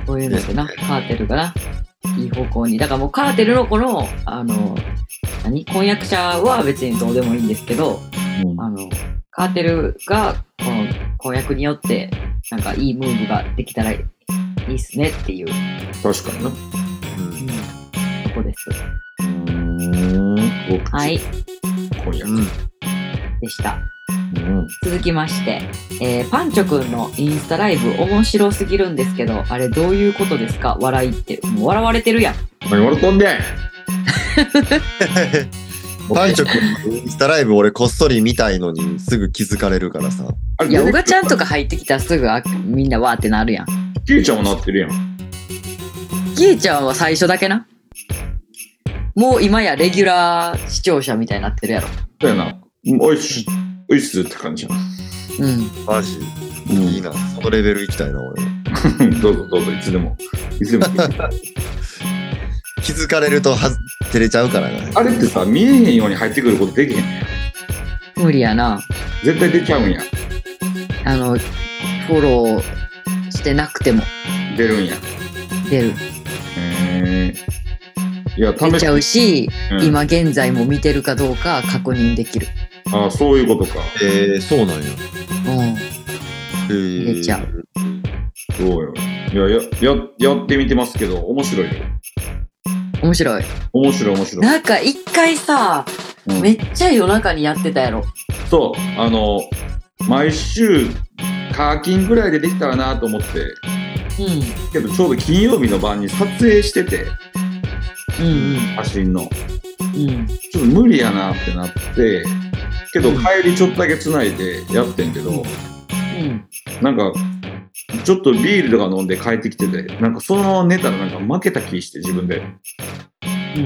[SPEAKER 3] そういうのでな、カーテルがな、いい方向に。だからもうカーテルのこの、あの、何婚約者は別にどうでもいいんですけど、
[SPEAKER 4] うん
[SPEAKER 3] あの、カーテルが、この婚約によって、なんかいいムーブができたらいいっすねっていう、
[SPEAKER 4] 確かになう
[SPEAKER 5] うん
[SPEAKER 3] とこです。
[SPEAKER 4] ーん
[SPEAKER 3] はい、
[SPEAKER 4] 今夜
[SPEAKER 5] うん。
[SPEAKER 3] でした。
[SPEAKER 4] うん
[SPEAKER 3] 続きまして、えーパンチョくんのインスタライブ面白すぎるんですけど、あれどういうことですか笑いって。もう笑われてるやん。
[SPEAKER 4] 何笑っとんねん
[SPEAKER 5] パンチョ君、インスタライブ俺こっそり見たいのにすぐ気づかれるからさ。
[SPEAKER 4] あれ
[SPEAKER 3] いや、おがちゃんとか入ってきたらすぐあみんなわーってなるやん。
[SPEAKER 4] キイちゃんもなってるやん
[SPEAKER 3] キエちゃんは最初だけな。もう今やレギュラー視聴者みたいになってるやろ。
[SPEAKER 4] そうやなおいっすおいっすって感じや
[SPEAKER 3] *laughs*
[SPEAKER 4] な
[SPEAKER 3] うん。
[SPEAKER 5] マジ。いいな。そのレベル行きたいな、俺。
[SPEAKER 4] どうぞどうぞいつでもいつでも
[SPEAKER 5] 気づかれるとはず照れちゃうからな。
[SPEAKER 4] あれってさ見えへんように入ってくることできへんねん
[SPEAKER 3] 無理やな。
[SPEAKER 4] 絶対出ちゃうんや
[SPEAKER 3] あの、フォローしてなくても
[SPEAKER 4] 出るんや
[SPEAKER 3] 出る。
[SPEAKER 4] へえいや
[SPEAKER 3] 出
[SPEAKER 4] 試
[SPEAKER 3] ち
[SPEAKER 4] し、
[SPEAKER 3] ゃうし、
[SPEAKER 4] うん
[SPEAKER 3] 今現在も見てるかどうか確認できる。
[SPEAKER 4] ああそういうことか
[SPEAKER 5] えー、そうなんや。
[SPEAKER 3] うん。
[SPEAKER 5] えー
[SPEAKER 3] 出ちゃう。
[SPEAKER 4] そうよいややややってみてますけど面白いよ
[SPEAKER 3] 面白い。
[SPEAKER 4] 面白い面白い、
[SPEAKER 3] なんか一回さ、
[SPEAKER 4] うん
[SPEAKER 3] めっちゃ夜中にやってたやろ。
[SPEAKER 4] そうあの毎週課金ぐらいでできたらなと思って
[SPEAKER 3] う
[SPEAKER 4] けどちょうど金曜日の晩に撮影してて
[SPEAKER 3] ん。うん
[SPEAKER 4] 写真の
[SPEAKER 3] うん。うん。
[SPEAKER 4] ちょっと無理やなってなってけど帰りちょっとだけ繋いでやってんけど
[SPEAKER 3] うん。
[SPEAKER 4] なんかちょっとビールとか飲んで帰ってきててなんかそのまま寝たらなんか負けた気して自分で
[SPEAKER 3] う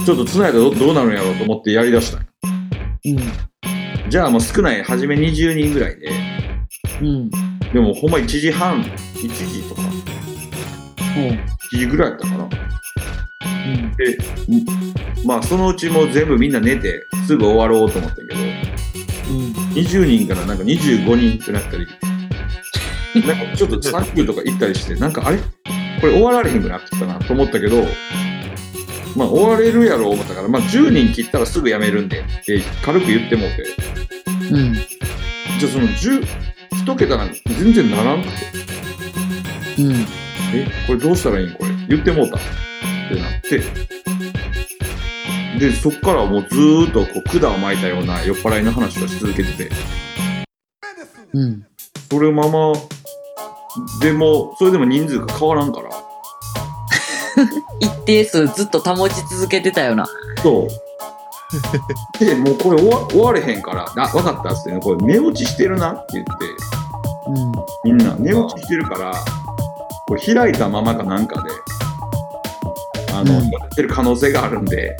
[SPEAKER 3] ん。
[SPEAKER 4] ちょっと繋いだらどどうなるんやろうと思ってやりだしたんよ
[SPEAKER 3] うん。
[SPEAKER 4] じゃあもう少ない初め20人ぐらいで
[SPEAKER 3] うん。
[SPEAKER 4] でもほんま1時半1時とか
[SPEAKER 3] うん。
[SPEAKER 4] 1時ぐらいやったかなでまあそのうちもう全部みんな寝てすぐ終わろうと思ったけど
[SPEAKER 3] うん。
[SPEAKER 4] 20人からなんか25人ってなったりなんかちょっとサックとか行ったりしてなんかあれこれ終わられへんくなってきたなと思ったけどまあ終われるやろ思ったからまあ10人切ったらすぐやめるんでって軽く言ってもうて
[SPEAKER 3] うん。
[SPEAKER 4] じゃあその10一桁なんか全然ならんくて
[SPEAKER 3] うん。
[SPEAKER 4] えこれどうしたらいいんこれ言ってもうたってなってでそっからもうずーっとこう管を巻いたような酔っ払いの話をし続けてて
[SPEAKER 3] うん。
[SPEAKER 4] それままでもそれでも人数が変わらんから
[SPEAKER 3] 一定数ずっと保ち続けてたよな。
[SPEAKER 4] そう
[SPEAKER 3] *laughs*
[SPEAKER 4] でもうこれ終わ終われへんから「あ分かった」っつって、ね「これ寝落ちしてるな」って言って
[SPEAKER 3] うん。
[SPEAKER 4] みんな寝落ちしてるからこれ開いたままかなんかであの、
[SPEAKER 3] うん
[SPEAKER 4] やってる可能性があるんで。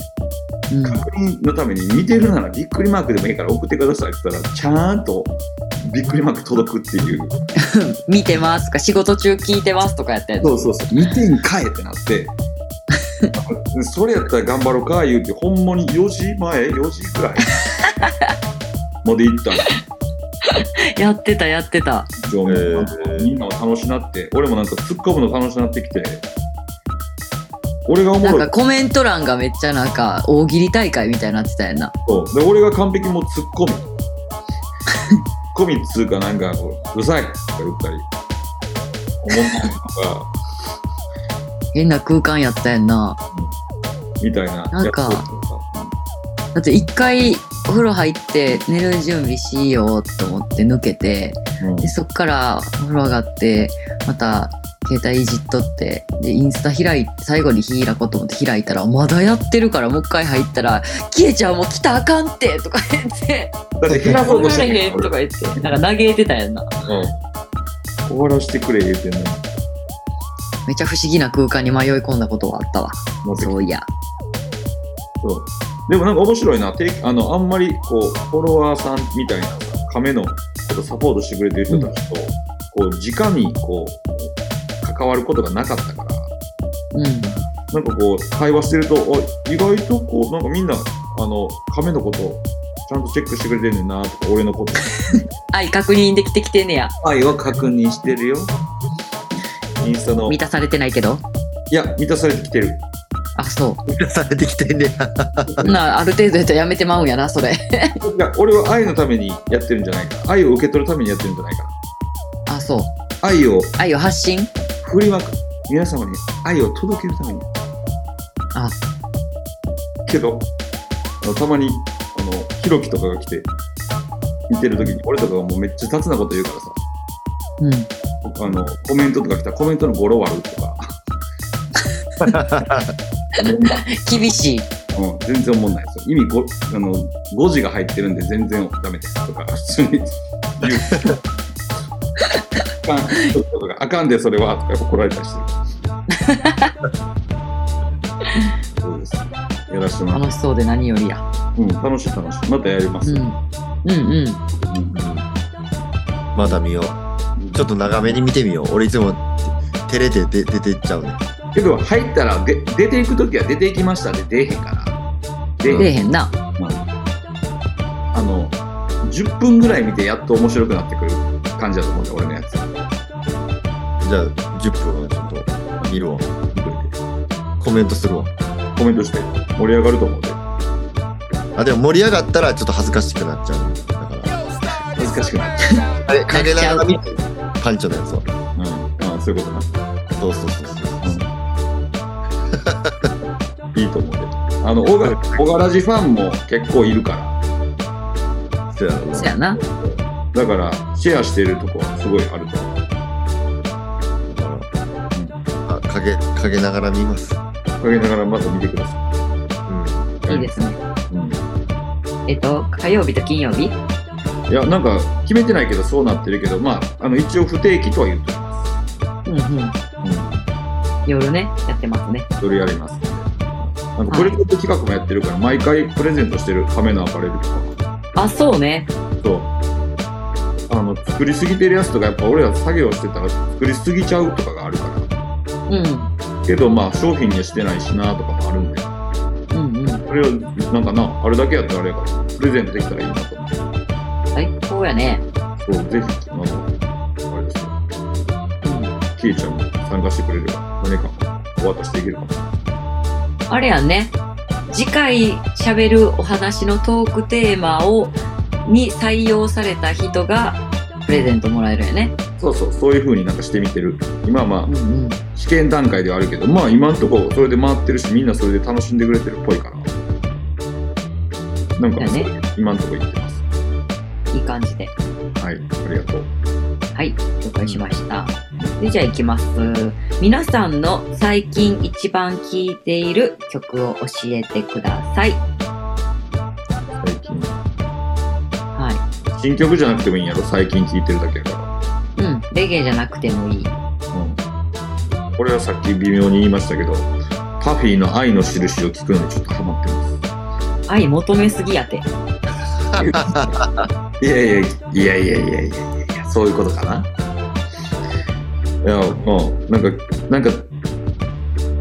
[SPEAKER 3] うん。
[SPEAKER 4] 確認のために似てるならびっくりマークでもいいから送ってくださいって言ったらちゃんとびっくりマーク届くっていう
[SPEAKER 3] 見てますとか、仕事中聞いてますとかやったやつ。
[SPEAKER 4] そうそうそう見てんかえってなって *laughs* それやったら頑張ろうか言うてほんまに4時前4時ぐらいまで行ったんで
[SPEAKER 3] やってた、やってた。
[SPEAKER 4] すよ、もう
[SPEAKER 5] へー
[SPEAKER 4] なんかみんなも楽しなって俺もなんか突っ込むの楽しなってきて俺がおも
[SPEAKER 3] なん
[SPEAKER 4] ろい
[SPEAKER 3] かコメント欄がめっちゃなんか大喜利大会みたいになってたやんな。
[SPEAKER 4] そうで俺が完璧もう突っ込
[SPEAKER 3] *laughs*
[SPEAKER 4] み突っ込みっつうかなんかこううるさいとか言ったり思ったりとか
[SPEAKER 3] 変な空間やったやんな。
[SPEAKER 4] みたいな。
[SPEAKER 3] なんか
[SPEAKER 4] やつとか
[SPEAKER 3] だって一回お風呂入って寝る準備しようと思って抜けて、
[SPEAKER 4] うん
[SPEAKER 3] でそっからお風呂上がってまた携帯いじっとってでインスタ開いて最後に開こうと思って開いたらまだやってるからもう一回入ったら「キエちゃんもう来たらあかんって」とか言って
[SPEAKER 4] だって
[SPEAKER 3] 「
[SPEAKER 4] 開こうとし
[SPEAKER 3] 怒
[SPEAKER 4] て
[SPEAKER 3] られへん」とか言ってなんか嘆いてたやんな
[SPEAKER 4] うん終わらしてくれ言うてんのに
[SPEAKER 3] めちゃ不思議な空間に迷い込んだことはあったわ
[SPEAKER 4] 持ってきて
[SPEAKER 3] そういや
[SPEAKER 4] そうでもなんか面白いな、てあのあんまりこうフォロワーさんみたいなさ亀のことサポートしてくれてる人たちと、こう直にこう関わることがなかったから、
[SPEAKER 3] うん
[SPEAKER 4] なんかこう会話してると、あ意外とこうなんかみんなあの亀のことちゃんとチェックしてくれてるねんなとか、俺のこと、
[SPEAKER 3] 愛確認できてきてんねや
[SPEAKER 4] 愛は確認してるよ。インスタの
[SPEAKER 3] 満たされてないけど
[SPEAKER 4] いや満たされてきてる。
[SPEAKER 3] あそう
[SPEAKER 5] *laughs* されてきてんねや。
[SPEAKER 3] ほなある程度やったらやめてまうんやなそれ
[SPEAKER 4] いや俺は愛のためにやってるんじゃないから、愛を受け取るためにやってるんじゃないから、
[SPEAKER 3] あそう
[SPEAKER 4] 愛を
[SPEAKER 3] 愛を発信
[SPEAKER 4] 振りまく皆様に愛を届けるために
[SPEAKER 3] あ
[SPEAKER 4] けどあのたまにあのひろきとかが来て見てる時に俺とかがもうめっちゃ雑なこと言うからさ
[SPEAKER 3] うん
[SPEAKER 4] あのコメントとか来たらコメントの語呂悪いとか、
[SPEAKER 3] 厳しい
[SPEAKER 4] うん、全然思んないですよ意味ごあの5字が入ってるんで全然ダメですとか普通に言うあかんとかあかんでそれはとか怒られたりしてるそうですやらせてもらって
[SPEAKER 3] 楽しそうで何よりや、
[SPEAKER 4] うん、楽しい楽しい。またやりま
[SPEAKER 3] う
[SPEAKER 4] す。
[SPEAKER 3] ん、うんうん
[SPEAKER 5] まだ見よう。ちょっと長めに見てみよう。俺いつも照れて出出てっちゃうね。
[SPEAKER 4] けど、入ったらで、出ていくときは出ていきましたで出えへんから。で、
[SPEAKER 3] 出えへんな
[SPEAKER 4] あの、10分ぐらい見てやっと面白くなってくる感じだと思うんだよ、俺のやつ。
[SPEAKER 5] じゃあ、10分ちょっと見るわ。コメントするわ。
[SPEAKER 4] コメントして、盛り上がると思うで。
[SPEAKER 5] あ、でも盛り上がったらちょっと恥ずかしくなっちゃう。だから、
[SPEAKER 4] 恥ずかしくなっち
[SPEAKER 5] あれ、かけながら見て、パンチョのやつは。
[SPEAKER 4] ゃう。うん、うん、そういうことな。
[SPEAKER 5] そうそうそうそう。
[SPEAKER 4] いいと思うで。あの、小柄小柄寺ファンも結構いるから。
[SPEAKER 5] そうやろ
[SPEAKER 3] そや
[SPEAKER 5] な。
[SPEAKER 3] な
[SPEAKER 4] だから、シェアしてるとこはすごいあると思う。
[SPEAKER 5] だから、あ、かけ、かけながら見ます。うん。
[SPEAKER 4] かけながらまた見てください。
[SPEAKER 3] いいですね
[SPEAKER 4] うん
[SPEAKER 3] えっと火曜日と金曜日
[SPEAKER 4] いや、なんか決めてないけど、そうなってるけど、まあ、あの一応不定期とは言ってま
[SPEAKER 3] うんうん夜ねやってますね
[SPEAKER 4] す。それやりますんで。なんかプレゼント企画もやってるから、毎回プレゼントしてる亀のアパレルとか。
[SPEAKER 3] あそうね
[SPEAKER 4] そう。あの、作りすぎてるやつとか、やっぱ俺ら作業してたら作りすぎちゃうとかがあるから。
[SPEAKER 3] うん
[SPEAKER 4] けど、まあ、商品にはしてないしなとかもあるんで、
[SPEAKER 3] うんうん
[SPEAKER 4] それを、なんかな、あれだけやったらあれやから、プレゼントできたらいいなと思って。
[SPEAKER 3] 最高やね
[SPEAKER 4] そう、ぜひ、あの、あれですよ。キイちゃんも参加してくれれば、何かお渡しできるかも。
[SPEAKER 3] あれやね次回しゃべるお話のトークテーマをに採用された人がプレゼントもらえるよね
[SPEAKER 4] そうそう、そういう風になんかしてみてる。今はま
[SPEAKER 3] うんうん
[SPEAKER 4] あ、試験段階ではあるけど、まあ今んとこそれで回ってるし、みんなそれで楽しんでくれてるっぽいから。なんか
[SPEAKER 3] だ、ね
[SPEAKER 4] 今んとこ言ってます。
[SPEAKER 3] いい感じで
[SPEAKER 4] はい、ありがとう。
[SPEAKER 3] はい、了解しました。で、じゃあ行きます。皆さんの最近一番聴いている曲を教えてください。
[SPEAKER 4] 最近。
[SPEAKER 3] は
[SPEAKER 4] 新曲じゃなくてもいいんやろ、最近聴いてるだけやか
[SPEAKER 3] い。うん、レゲエじゃなくてもいい。
[SPEAKER 4] ら。うん。これはさっき微妙に言いましたけど、パフィーの愛の印を聞くのにちょっとハマってます。
[SPEAKER 3] 愛求めすぎやて。
[SPEAKER 4] いやいやいやいやいやいやいやいやそういうことかな。いやうんなんかなんか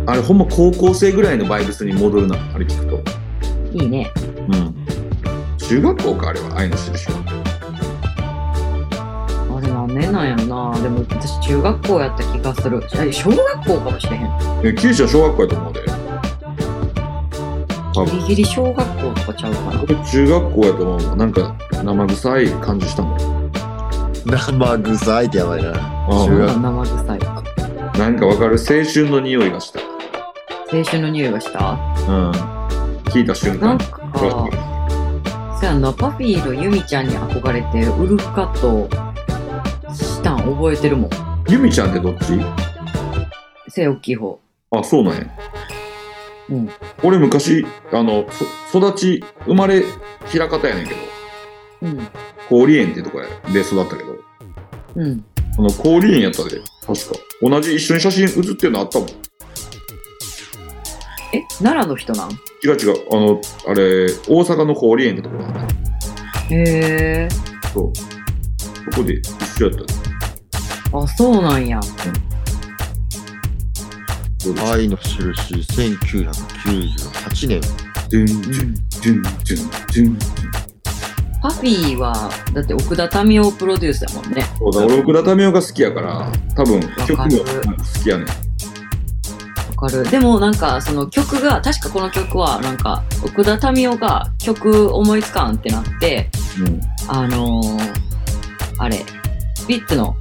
[SPEAKER 4] あれほんま高校生ぐらいのバイブスに戻るなあれ聞くと。
[SPEAKER 3] いいね。
[SPEAKER 4] うん。中学校かあれは愛の印は。
[SPEAKER 3] あれ何年なんやろな。でも私中学校やった気がする。え小学校かもしれへん。
[SPEAKER 4] え九州は小学校やと思うで。多
[SPEAKER 3] ギ
[SPEAKER 4] 分。
[SPEAKER 3] リギリ小学校とかちゃうかな。
[SPEAKER 4] 俺中学校やと思うわなんか生臭い感じしたもん。
[SPEAKER 5] 生臭いってやばいな。
[SPEAKER 4] あ
[SPEAKER 5] 中学
[SPEAKER 3] 生臭い。
[SPEAKER 4] なんかわかる青春の匂いがした。
[SPEAKER 3] 青春の匂いがした
[SPEAKER 4] うん。聞いた瞬
[SPEAKER 3] な
[SPEAKER 4] 間
[SPEAKER 3] ん。かそやなパフィーのユミちゃんに憧れてウルフカットしたん覚えてるもん
[SPEAKER 4] ゆみちゃんってどっち
[SPEAKER 3] 背大きい方
[SPEAKER 4] あ、そうなんや。
[SPEAKER 3] うん
[SPEAKER 4] 俺昔、あの、そ育ち、生まれ、平方やねんけど、
[SPEAKER 3] うん
[SPEAKER 4] 氷園ってとこやで育ったけど、
[SPEAKER 3] うん
[SPEAKER 4] あの、氷園やったで、確か。同じ一緒に写真写ってるのあったもん。
[SPEAKER 3] え奈良の人なん
[SPEAKER 4] 違う違う、あの、あれ、大阪の氷園ってとこなんだ。
[SPEAKER 3] へえ
[SPEAKER 4] そう。そこで一緒やったで
[SPEAKER 3] あそうなんや
[SPEAKER 4] そうです。
[SPEAKER 5] 愛の印、1998年。
[SPEAKER 4] ドゥン、ドゥン、ドゥン、ドゥン、ドゥン。
[SPEAKER 3] パフィーはだって奥田民生プロデュースだもんね
[SPEAKER 4] そうだ、俺、奥田民生が好きやから、多分、曲も
[SPEAKER 3] わかる
[SPEAKER 4] 好きやねん。
[SPEAKER 3] わかるでもなんかその曲が確かこの曲はなんか奥田民生が曲思いつかんってなって
[SPEAKER 4] うん。
[SPEAKER 3] あのー、あれスピッツの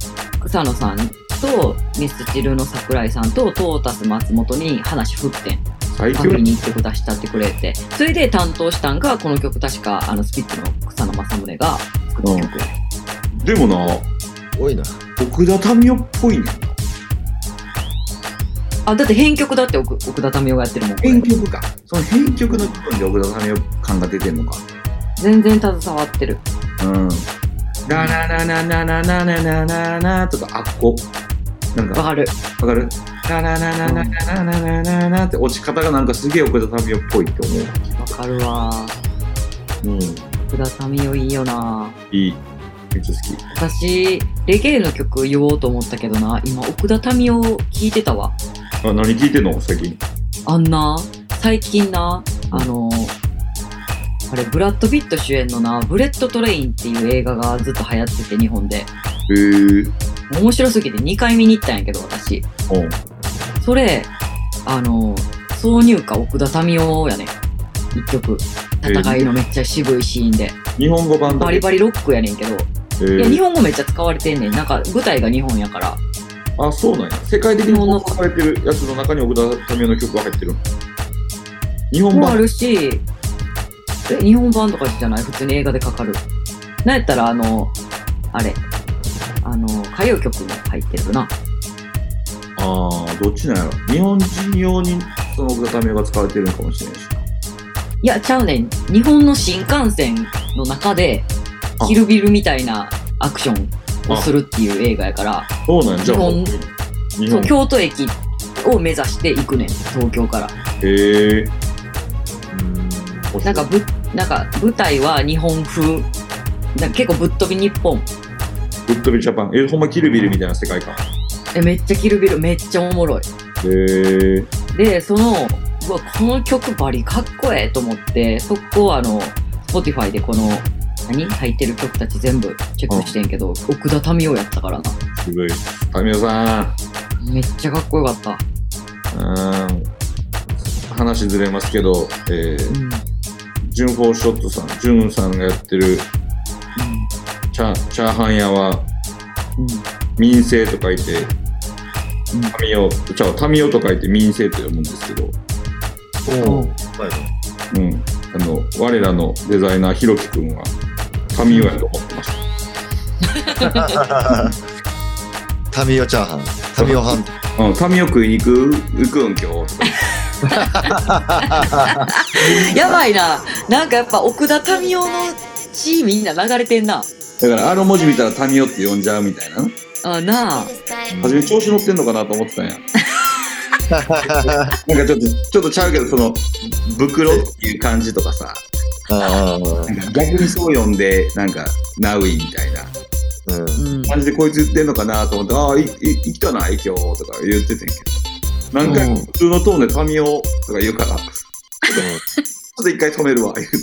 [SPEAKER 3] 草野さんとミスチルの桜井さんとトータス松本に話振ってん
[SPEAKER 4] 最
[SPEAKER 3] パ
[SPEAKER 4] 強
[SPEAKER 3] フィ
[SPEAKER 4] や
[SPEAKER 3] ーに一曲出したってくれてそれで担当したんがこの曲確かあのスピッツの草野正宗が作った曲、
[SPEAKER 4] でもな、
[SPEAKER 5] 多いな。
[SPEAKER 4] 奥田民生っぽいねん。
[SPEAKER 3] あだって編曲だって奥奥田民生がやってるもんこれ
[SPEAKER 4] 編曲か。その編曲の部分で奥田民生感が出てんのか。
[SPEAKER 3] 全然携わってる
[SPEAKER 4] うん。ラララララララララララとか、あっこ。なんか
[SPEAKER 3] わ、かる
[SPEAKER 4] わかるラララララララララララって落ち方がなんかすげえ奥田民生っぽいって
[SPEAKER 3] わかるわ
[SPEAKER 4] 思う。うん。
[SPEAKER 3] 福田民生いいよない
[SPEAKER 4] い。めっちゃ好き。
[SPEAKER 3] 私レゲエの曲言おうと思ったけどな今奥田民生聞いてたわ
[SPEAKER 4] あ、何聞いてんの最近。
[SPEAKER 3] あんな最近なあのあれブラッド・ピット主演のな「ブレッド・トレイン」っていう映画がずっと流行ってて日本で
[SPEAKER 4] へえ。
[SPEAKER 3] 面白すぎて2回見に行ったんやけど私
[SPEAKER 4] うん。
[SPEAKER 3] それあの挿入歌奥田民生やね1曲戦いのめっちゃ渋いシーンで
[SPEAKER 4] 日本語版
[SPEAKER 3] バ
[SPEAKER 4] だけ。
[SPEAKER 3] リバリロックやねんけど
[SPEAKER 4] へ
[SPEAKER 3] い
[SPEAKER 4] え
[SPEAKER 3] や日本語めっちゃ使われてんねんなんか舞台が日本やから
[SPEAKER 4] あ、そうなんや。世界的に放送されてるやつの中に奥田民生の曲が入ってるの。日本
[SPEAKER 3] もあ
[SPEAKER 4] 版。
[SPEAKER 3] るしえ日本版とかじゃない普通に映画でかかるなんやったらあのあれあの歌謡曲も入ってるな
[SPEAKER 4] ああ、どっちなんやろ。日本人用にその奥田民生が使われてるのかもしれないし。
[SPEAKER 3] いやちゃうねん日本の新幹線の中で
[SPEAKER 4] あ
[SPEAKER 3] キルビルみたいなアクションをするっていう映画やから
[SPEAKER 4] そうなんや。じゃあ、
[SPEAKER 3] 日本
[SPEAKER 4] 日
[SPEAKER 3] そう
[SPEAKER 4] 本。
[SPEAKER 3] 京都駅を目指して行くねん東京から
[SPEAKER 4] へえ。うん
[SPEAKER 3] なんか、ぶなんか舞台は日本風なんか結構ぶっ飛び日本
[SPEAKER 4] ぶっ飛びジャパン。え、ほんまキルビルみたいな世界観。
[SPEAKER 3] えめっちゃキルビルめっちゃおもろい
[SPEAKER 4] へえ。
[SPEAKER 3] でそのうわこの曲バリかっこええと思ってそこをあの Spotify でこの何入ってる曲たち全部チェックしてんけど、奥田民生やったからな
[SPEAKER 4] すごい。民生さん。
[SPEAKER 3] めっちゃかっこよかった、
[SPEAKER 4] うん話ずれますけど、えー、
[SPEAKER 3] うんうん
[SPEAKER 4] ジュンフォーショットさん、ジュンさんがやってるチャチャーハン屋は民生と書いて、民生、ちゃう、民生と書いて民生と読むんですけど、
[SPEAKER 5] お
[SPEAKER 4] う
[SPEAKER 5] お。
[SPEAKER 4] ん。あの、我らのデザイナー、ひろきくんは、民生やと思ってました。
[SPEAKER 5] タミオチャーハン。タミオハン。
[SPEAKER 4] うん、民生食いに行く、行くん今日。
[SPEAKER 3] やばいななんかやっぱ奥田民生の血みんな流れてんな
[SPEAKER 4] だから、あの文字見たら民生って呼んじゃうみたいな。
[SPEAKER 3] あなあ
[SPEAKER 4] 初め調子乗ってんのかなと思って *laughs* たんや。なんかちょっと、ちょっとちゃうけど、その、袋っていう感じとかさ、
[SPEAKER 5] ああ。
[SPEAKER 4] なんか逆にそう読んで、なんか、ナウイみたいな
[SPEAKER 5] うん。
[SPEAKER 3] うん
[SPEAKER 4] 感じでこいつ言ってんのかなと思って、ああ、い、い、行きたない今日とか言っててんけど。何回も普通のトーンで民生とか言うから、ちょっと一回止めるわ、言って。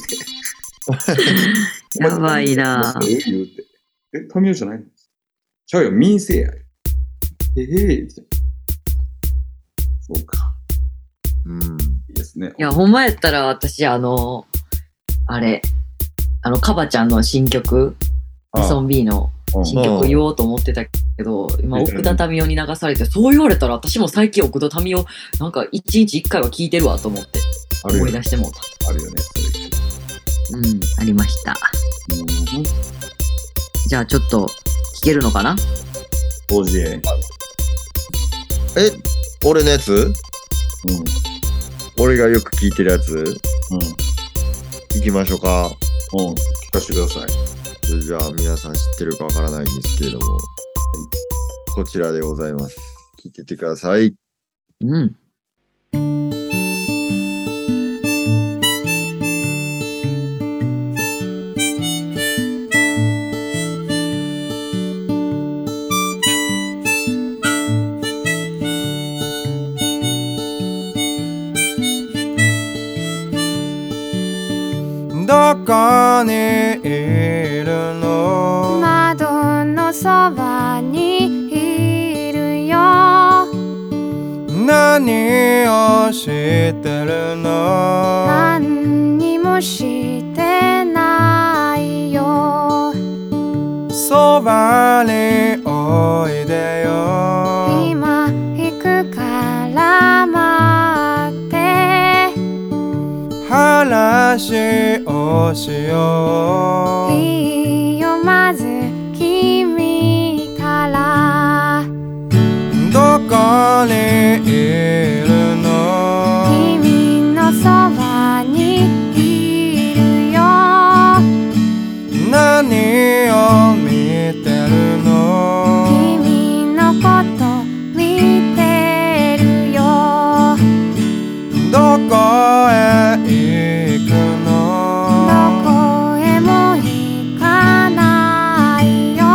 [SPEAKER 3] *laughs* やばいな
[SPEAKER 4] お前民生言うて。え、民生じゃないのちゃうよ、民生や。ええみたいな。そうか。
[SPEAKER 5] うん。
[SPEAKER 4] いいですね。
[SPEAKER 3] いや、ほんまやったら私、あの、あれ、あの、カバちゃんの新曲、
[SPEAKER 4] ああ
[SPEAKER 3] ソンビーの新
[SPEAKER 5] うん
[SPEAKER 3] 曲言おうと思ってたけけど、今、奥田民生に流されて、そう言われたら私も最近奥田民生、なんか一日一回は聞いてるわと思って、
[SPEAKER 5] あるよ
[SPEAKER 3] 思い
[SPEAKER 5] ね。
[SPEAKER 3] 出してもうた。
[SPEAKER 5] あるよね。
[SPEAKER 3] うん、ありました。
[SPEAKER 4] うん
[SPEAKER 3] じゃあちょっと、聞けるのかな
[SPEAKER 4] 当時へ。
[SPEAKER 5] え、俺のやつ
[SPEAKER 4] うん。う
[SPEAKER 5] 俺がよく聞いてるやつ
[SPEAKER 4] ん。
[SPEAKER 5] 行きましょうか。
[SPEAKER 4] うん。聞かせてください。
[SPEAKER 5] じゃあ皆さん知ってるかわからないんですけれども、こちらでございます。聞いててください。
[SPEAKER 3] うん。
[SPEAKER 6] どこにいるの
[SPEAKER 2] 窓のそばにいるよ
[SPEAKER 6] 何をしてるの
[SPEAKER 2] 何にもしてないよ
[SPEAKER 6] そばにおいでよ
[SPEAKER 2] 今行くから待って
[SPEAKER 6] 話をしよう
[SPEAKER 2] いいよまず君から
[SPEAKER 6] どこにいるの
[SPEAKER 2] 君のそばにいるよ
[SPEAKER 6] 何を見てるの
[SPEAKER 2] 君のこと見てるよ
[SPEAKER 6] どこへ行く
[SPEAKER 2] ど
[SPEAKER 6] の
[SPEAKER 2] こへも行かないよ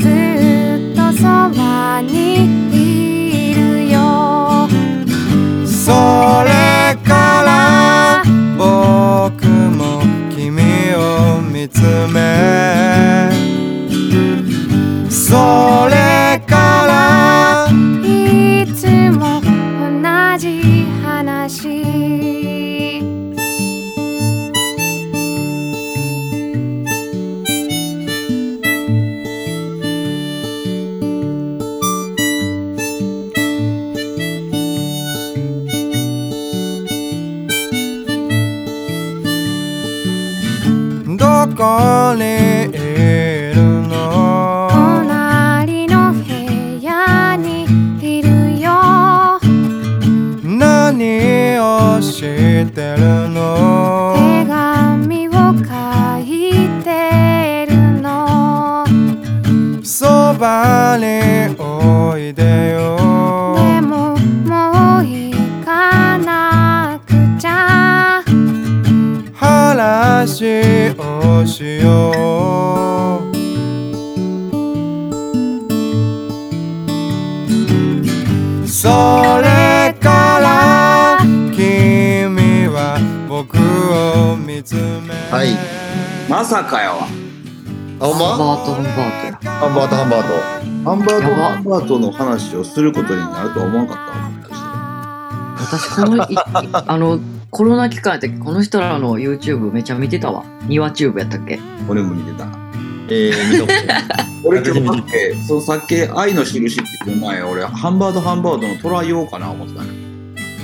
[SPEAKER 2] ずっとそばにいるよ
[SPEAKER 6] それから僕も君を見つめそれから
[SPEAKER 2] いつも同じ話
[SPEAKER 6] どこにいるの
[SPEAKER 2] 隣の部屋にいるよ
[SPEAKER 6] 何をしてる
[SPEAKER 2] 手
[SPEAKER 6] の
[SPEAKER 2] 紙を書いてるの
[SPEAKER 6] そばにおいでよ
[SPEAKER 2] でももう行かなくちゃ
[SPEAKER 6] 話をしようそれから君は僕を見つめ
[SPEAKER 5] はい
[SPEAKER 4] まさかやわ。
[SPEAKER 5] あ、ほん
[SPEAKER 3] ハン
[SPEAKER 5] ま
[SPEAKER 3] バート、ハンバート。
[SPEAKER 5] ハン
[SPEAKER 4] ハン
[SPEAKER 5] バート、ハンバー
[SPEAKER 4] バ
[SPEAKER 3] や
[SPEAKER 4] ート、
[SPEAKER 3] ば
[SPEAKER 4] ハンバートの話をすることになるとは思わなかったわ。
[SPEAKER 3] 私、このい、いあの、コロナ期間やったっけこの人らの YouTube めちゃ見てたわ。庭チューブやったっけ
[SPEAKER 4] 俺も似てた。
[SPEAKER 5] ト。えー、見とこ
[SPEAKER 4] 俺今日さっき、そのさっき愛の印っていう前、俺、ハンバート、ハンバートの捉えようかな思ってたね。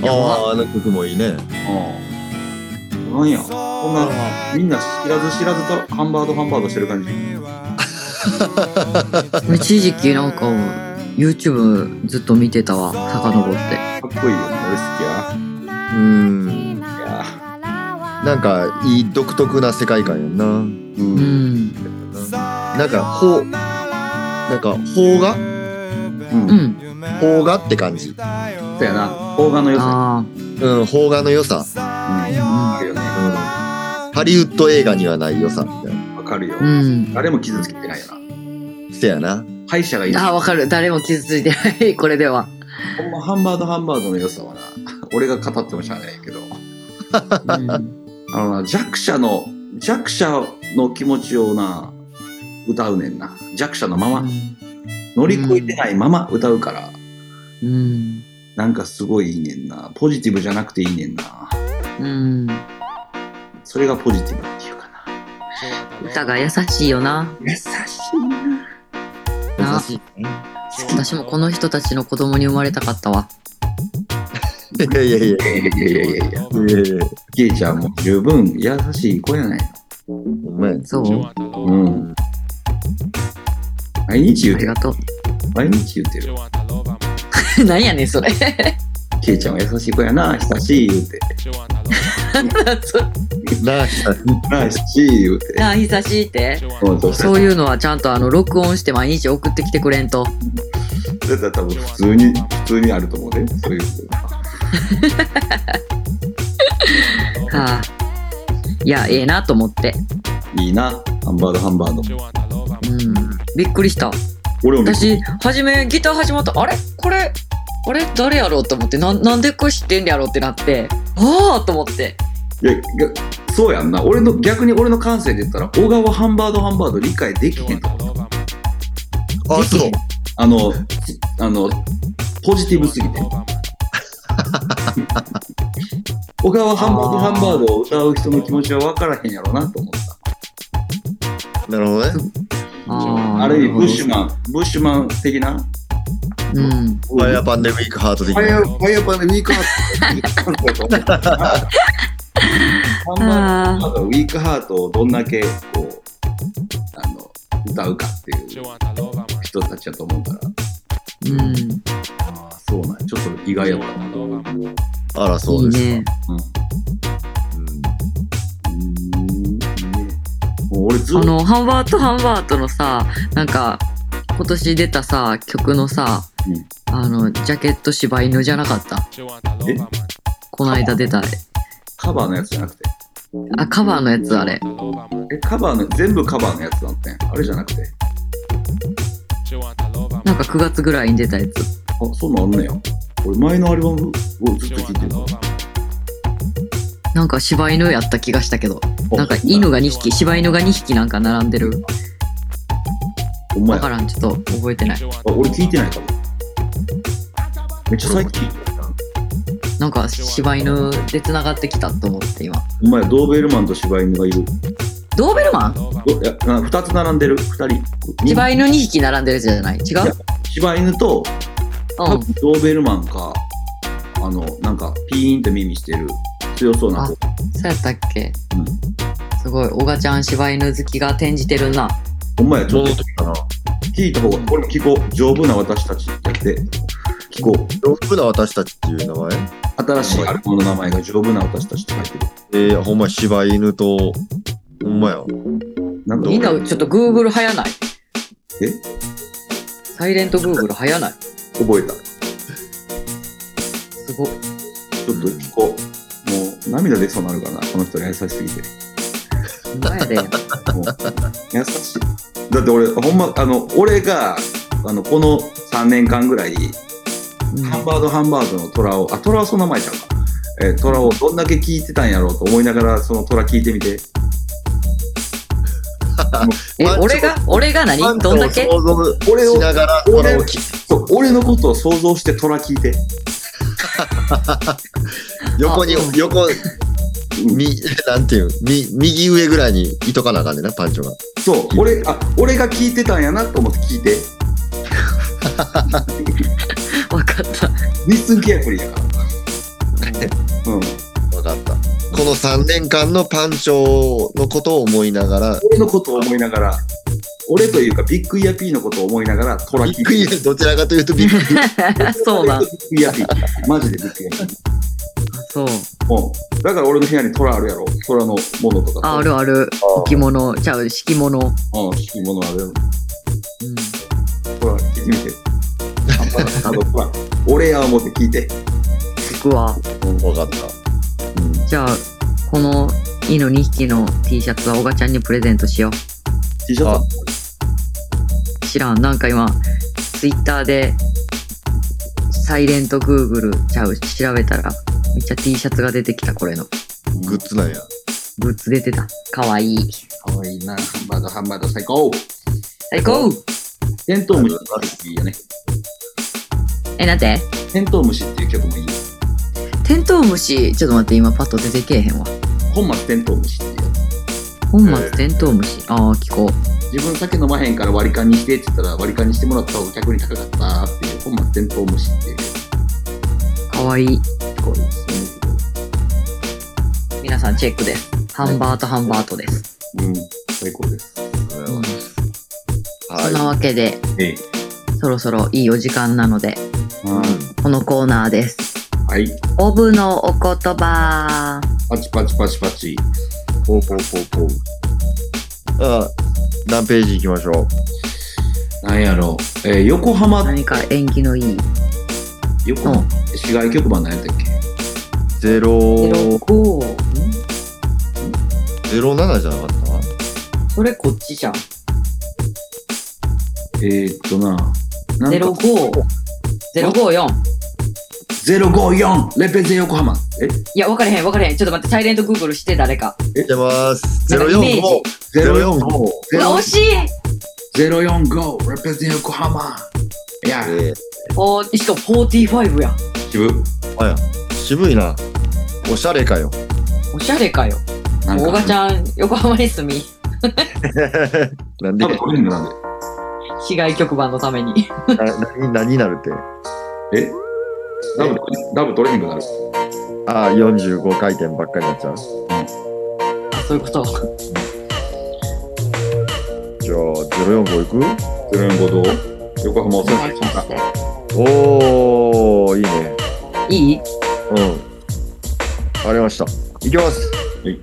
[SPEAKER 5] う。ああ、あの曲もいいね。
[SPEAKER 4] うん。なんや。こんな、みんな知らず知らずとハンバート、ハンバートしてる感じ。
[SPEAKER 3] 一時期なんか YouTube ずっと見てたわ。遡って。
[SPEAKER 4] かっこいいよね、俺好きや。
[SPEAKER 5] うーん。なんか、いい独特な世界観やんな。
[SPEAKER 4] う。
[SPEAKER 3] うんん。
[SPEAKER 5] なんか、ほう、なんか、邦画
[SPEAKER 4] うん。
[SPEAKER 3] う
[SPEAKER 4] そ
[SPEAKER 3] ん。
[SPEAKER 5] 邦画って感じ。
[SPEAKER 4] うやな。邦画の良さ。
[SPEAKER 3] あ
[SPEAKER 5] うん、邦画の良さ。
[SPEAKER 4] うん。あるよね。
[SPEAKER 5] うん。ハリウッド映画にはない良さみたいな。
[SPEAKER 4] わかるよ
[SPEAKER 3] あ、う。ん。
[SPEAKER 4] 誰も傷つけてないよな。
[SPEAKER 5] せやな。
[SPEAKER 4] 歯医者がいい。
[SPEAKER 3] ああ、
[SPEAKER 4] ほ
[SPEAKER 3] わかる。誰も傷ついてない。 *laughs* これでは。
[SPEAKER 4] んまハンバート、ハンバートの良さはな、俺が語ってもしゃあないけど。
[SPEAKER 3] うん。
[SPEAKER 4] あのな、弱者の、弱者の気持ちをな、歌うねんな。弱者のまま、乗り越えてないまま歌うから、
[SPEAKER 3] うん。
[SPEAKER 4] なんかすごいいいねんな。ポジティブじゃなくていいねんな。
[SPEAKER 3] うん。
[SPEAKER 4] それがポジティブっていうかな。
[SPEAKER 3] 歌が優しいよな。
[SPEAKER 4] 優しい
[SPEAKER 3] な
[SPEAKER 5] 優しい。
[SPEAKER 3] 私もこの人たちの子供に生まれたかったわ。
[SPEAKER 5] いやいやいやい
[SPEAKER 4] な。いやいやいやいやいや。
[SPEAKER 5] やいやいや。
[SPEAKER 4] キイちゃんも十分優しい子やない
[SPEAKER 5] お前、
[SPEAKER 3] そう。
[SPEAKER 4] の。うん。毎日言
[SPEAKER 3] あり
[SPEAKER 4] うてる
[SPEAKER 3] が。とう。
[SPEAKER 4] 毎日言うてる。
[SPEAKER 3] *laughs* 何やねん、それ。
[SPEAKER 4] キイちゃんは優しい子やな、親しい言うて。
[SPEAKER 5] なあ、
[SPEAKER 4] なあ、親しい言うて。
[SPEAKER 3] なあ、久しいって。
[SPEAKER 4] そうそう
[SPEAKER 3] そういうのはちゃんとあの、録音して毎日送ってきてくれんと。
[SPEAKER 4] それだったら多分普通に、普通にあると思うで。そういう人。
[SPEAKER 3] はあ。いや、ええなと思って。
[SPEAKER 4] いいな、ハンバーグハンバーグ。
[SPEAKER 3] うん。びっくりした。
[SPEAKER 4] 俺もびっくり
[SPEAKER 3] 私、初めギター始まった。あれこれ、あれ誰やろうと思って、なんなんでこれ知ってんねやろうってなって、ああと思って。
[SPEAKER 4] いや、逆そうやんな。俺の、逆に俺の感性で言ったら、小川ハンバーグハンバーグ理解できへんと思う。
[SPEAKER 5] あ、そう。
[SPEAKER 4] あの、つあの、ポジティブすぎて。小川ハンバーグハンバーグを歌う人の気持ちは分からへんやろなと思った。
[SPEAKER 5] なるほどね。
[SPEAKER 3] あ
[SPEAKER 4] ある意味、ブッシュ
[SPEAKER 3] ュ
[SPEAKER 4] マン、ブッシュマン的な。
[SPEAKER 3] うん。
[SPEAKER 5] ファイアーパンデミックハート的
[SPEAKER 4] ファイ
[SPEAKER 5] な。
[SPEAKER 4] ヤー、ファイヤーパンでウィークハート。ウィークハートハンバーグハンバーグウィークハートをどんだけ、こう、あの、歌うかっていう。人たちやと思うから、
[SPEAKER 3] うん。
[SPEAKER 4] ああ、そうなんやちょっと意外やったな。
[SPEAKER 5] あら、そ
[SPEAKER 3] いうい
[SPEAKER 5] です。
[SPEAKER 3] ね。
[SPEAKER 4] うん。
[SPEAKER 5] う
[SPEAKER 4] う
[SPEAKER 5] ん
[SPEAKER 4] ん。もう俺ずっ
[SPEAKER 3] あ
[SPEAKER 4] と、
[SPEAKER 3] の、ハンバートハンバートのさ、なんか、今年出たさ、曲のさ、
[SPEAKER 4] うん
[SPEAKER 3] あの、ジャケット柴犬じゃなかった。この間出た。
[SPEAKER 4] カバーのやつじゃなくて。
[SPEAKER 3] あ、カバーのやつあれ。
[SPEAKER 4] え、カバーの、全部カバーのやつだったんやあれじゃなくて。
[SPEAKER 3] なんか9月ぐらいに出たやつ。
[SPEAKER 4] あ、そんなんあんねや。俺前のアルバムをずっと聴いてるか
[SPEAKER 3] なんか柴犬やった気がしたけど。
[SPEAKER 4] ら。
[SPEAKER 3] なんか犬が2匹、柴犬が2匹なんか並んでる。
[SPEAKER 4] お前
[SPEAKER 3] わからん、ちょっと覚えてない。
[SPEAKER 4] 俺聞いてないかも。めっちゃ最近。
[SPEAKER 3] なんか柴犬で繋がってきたと思って今。
[SPEAKER 4] お前、ドーベルマンと柴犬がいる。
[SPEAKER 3] ドーベルマン
[SPEAKER 4] どいやな二つ並んでる、二人。
[SPEAKER 3] 柴犬2匹並んでるやつじゃない違う
[SPEAKER 4] 柴犬と
[SPEAKER 3] う
[SPEAKER 4] 多
[SPEAKER 3] ん
[SPEAKER 4] 分。ドーベルマンか、あの、なんか、ピーンって耳してる、強そうな子。
[SPEAKER 3] そうやったっけ
[SPEAKER 4] うん。
[SPEAKER 3] すごい、おがちゃん柴犬好きが転じてるな。
[SPEAKER 4] ほんまや、ちょっ
[SPEAKER 5] 戻
[SPEAKER 4] と
[SPEAKER 5] ってきたな。
[SPEAKER 4] 聞いた方が、これも聞こう。丈夫な私たちやって、聞こう。
[SPEAKER 5] ロックな私たちっていう名前
[SPEAKER 4] 新しいアルバムの名前が丈夫な私たちって書いてる。
[SPEAKER 5] えー、ほんま柴犬と、ほんまや。
[SPEAKER 4] なんだ
[SPEAKER 3] みんなちょっと Google 早ない。
[SPEAKER 4] え
[SPEAKER 3] サイレント Google 早ない。
[SPEAKER 4] 覚えた。
[SPEAKER 3] すごい。
[SPEAKER 4] ちょっと聞こう。もう、涙出そうになるかな、この人が優しすぎて。
[SPEAKER 3] ほんまやで。
[SPEAKER 4] もう優しい。だって俺、ほんま、あの、俺が、あの、この3年間ぐらい、ハンバーグハンバーグの虎を、あ、虎はその前ちゃうか。えー、虎をどんだけ聞いてたんやろうと思いながら、その虎聞いてみて。
[SPEAKER 3] え
[SPEAKER 5] まあ、
[SPEAKER 3] 俺が、俺が何どんだけ
[SPEAKER 5] ファンと想像しながら、
[SPEAKER 4] 俺
[SPEAKER 5] 俺
[SPEAKER 4] を
[SPEAKER 5] を聞
[SPEAKER 4] そう俺のことを想像して虎聞いて。
[SPEAKER 5] 横に
[SPEAKER 3] あう、ん
[SPEAKER 5] 横、み、 *laughs* なんていう、み、右上ぐらいにいとかなあかんねんな、パンチョが。
[SPEAKER 4] そう、俺、あ、俺が聞いてたんやなと思って聞いて。
[SPEAKER 3] わかった。
[SPEAKER 4] リスンケアフリーやから。うん。
[SPEAKER 5] わかった。この3年間のパンチョのことを思いながら、
[SPEAKER 4] 俺のことを思いながら、俺というかビッグイヤーピーのことを思いながら虎
[SPEAKER 5] ビ
[SPEAKER 4] 聞いて。
[SPEAKER 5] ッグイヤー、どちらかというとビッグイ
[SPEAKER 3] *laughs* そうなん
[SPEAKER 4] ビ。ッグイヤーピー。マジでビッグイヤーピー。
[SPEAKER 3] そう。
[SPEAKER 4] うん。だから俺の部屋に虎あるやろ。虎のものとか。
[SPEAKER 3] あ、あるある。
[SPEAKER 5] ヤ
[SPEAKER 3] 着物、ちゃう、敷物。うん。
[SPEAKER 4] うん、敷物あるやろ。ほら、聞いてみて。あの、ほら、俺や思って聞いて。
[SPEAKER 3] 僕は、
[SPEAKER 5] ー。わかった。
[SPEAKER 3] じゃあ、この犬2匹の T シャツはおがちゃんにプレゼントしよ
[SPEAKER 4] T シャツ
[SPEAKER 3] う。知らん。なんか今、Twitter で、サイレント Google ちゃう。調べたら、めっちゃ T シャツが出てきた、これの。
[SPEAKER 5] グッズなんや。
[SPEAKER 3] グッズ出てた。かわいい。
[SPEAKER 4] かわいいな。ハンバーガー、ハンバーガー、最高。
[SPEAKER 3] 最高
[SPEAKER 4] テントウムシっていいよね。
[SPEAKER 3] え、なんて
[SPEAKER 4] テントウムシっていう曲もいいよ。
[SPEAKER 3] テントウムシ、ちょっと待って、今パッと出てけえへんわ。
[SPEAKER 4] 本末テントウムシっていうや
[SPEAKER 3] 本末転倒虫。ああ、聞こう。
[SPEAKER 4] 自分酒飲まへんから割り勘にしてって言ったら割り勘にしてもらった方が客に高かったっていう本末転倒虫っていう
[SPEAKER 3] かわいい。
[SPEAKER 4] 聞こえです
[SPEAKER 3] 皆さんチェックです。ハンバートハンバートです。
[SPEAKER 4] ね。うん、最高です。
[SPEAKER 3] そんな
[SPEAKER 5] は
[SPEAKER 3] わけで、
[SPEAKER 4] ええ。
[SPEAKER 3] そろそろいいお時間なので、このコーナーです。
[SPEAKER 4] はい。
[SPEAKER 3] オブのお言葉。
[SPEAKER 4] パチパチパチパチ。
[SPEAKER 5] い。ポうポうポうポう。あ何ページ行きましょう。
[SPEAKER 4] なんやろう。えー横浜、
[SPEAKER 3] 何か縁起のいい。
[SPEAKER 4] 横浜、市外局番なんやったっけ
[SPEAKER 5] ゼロ、
[SPEAKER 3] 五。
[SPEAKER 5] ゼロ七じゃなかっ
[SPEAKER 3] それこっちじゃん。
[SPEAKER 4] えー、っとな。なん
[SPEAKER 3] ゼ
[SPEAKER 4] か
[SPEAKER 3] ロ五。ゼロ五四。
[SPEAKER 4] 054レペゼ横浜。え
[SPEAKER 3] いや、分かれへん、分かれへん。ちょっと待って、サイレントグーグルして、誰か。
[SPEAKER 5] た行ってます。
[SPEAKER 3] なん
[SPEAKER 5] ゼ
[SPEAKER 3] か
[SPEAKER 5] ロ
[SPEAKER 3] イ
[SPEAKER 5] 四
[SPEAKER 3] メージ
[SPEAKER 5] 五。
[SPEAKER 4] 045
[SPEAKER 5] 045
[SPEAKER 3] うわ、惜しい
[SPEAKER 4] 045レペゼ横浜。いや、
[SPEAKER 5] え
[SPEAKER 3] おーしかも45や。
[SPEAKER 4] 渋。
[SPEAKER 5] ー渋いな。おしゃれかよ。
[SPEAKER 3] おしゃれかよ。
[SPEAKER 4] な
[SPEAKER 3] おがち
[SPEAKER 4] んか。
[SPEAKER 3] ゃん、横浜に住み、
[SPEAKER 5] なんで
[SPEAKER 4] 多、分トレーニングなんで。
[SPEAKER 3] 市外局番のため *laughs* に。
[SPEAKER 5] な何、何になるって。
[SPEAKER 4] えダブ、ダブトレーニングになる。
[SPEAKER 5] ああ、45回転ばっかりになっちゃう。
[SPEAKER 3] そういうこと。
[SPEAKER 5] じゃあ、045いく
[SPEAKER 4] 045どう横浜お世話になりました
[SPEAKER 5] おー、いいね。
[SPEAKER 3] いい
[SPEAKER 5] うん。わかりました。いきます。
[SPEAKER 4] はい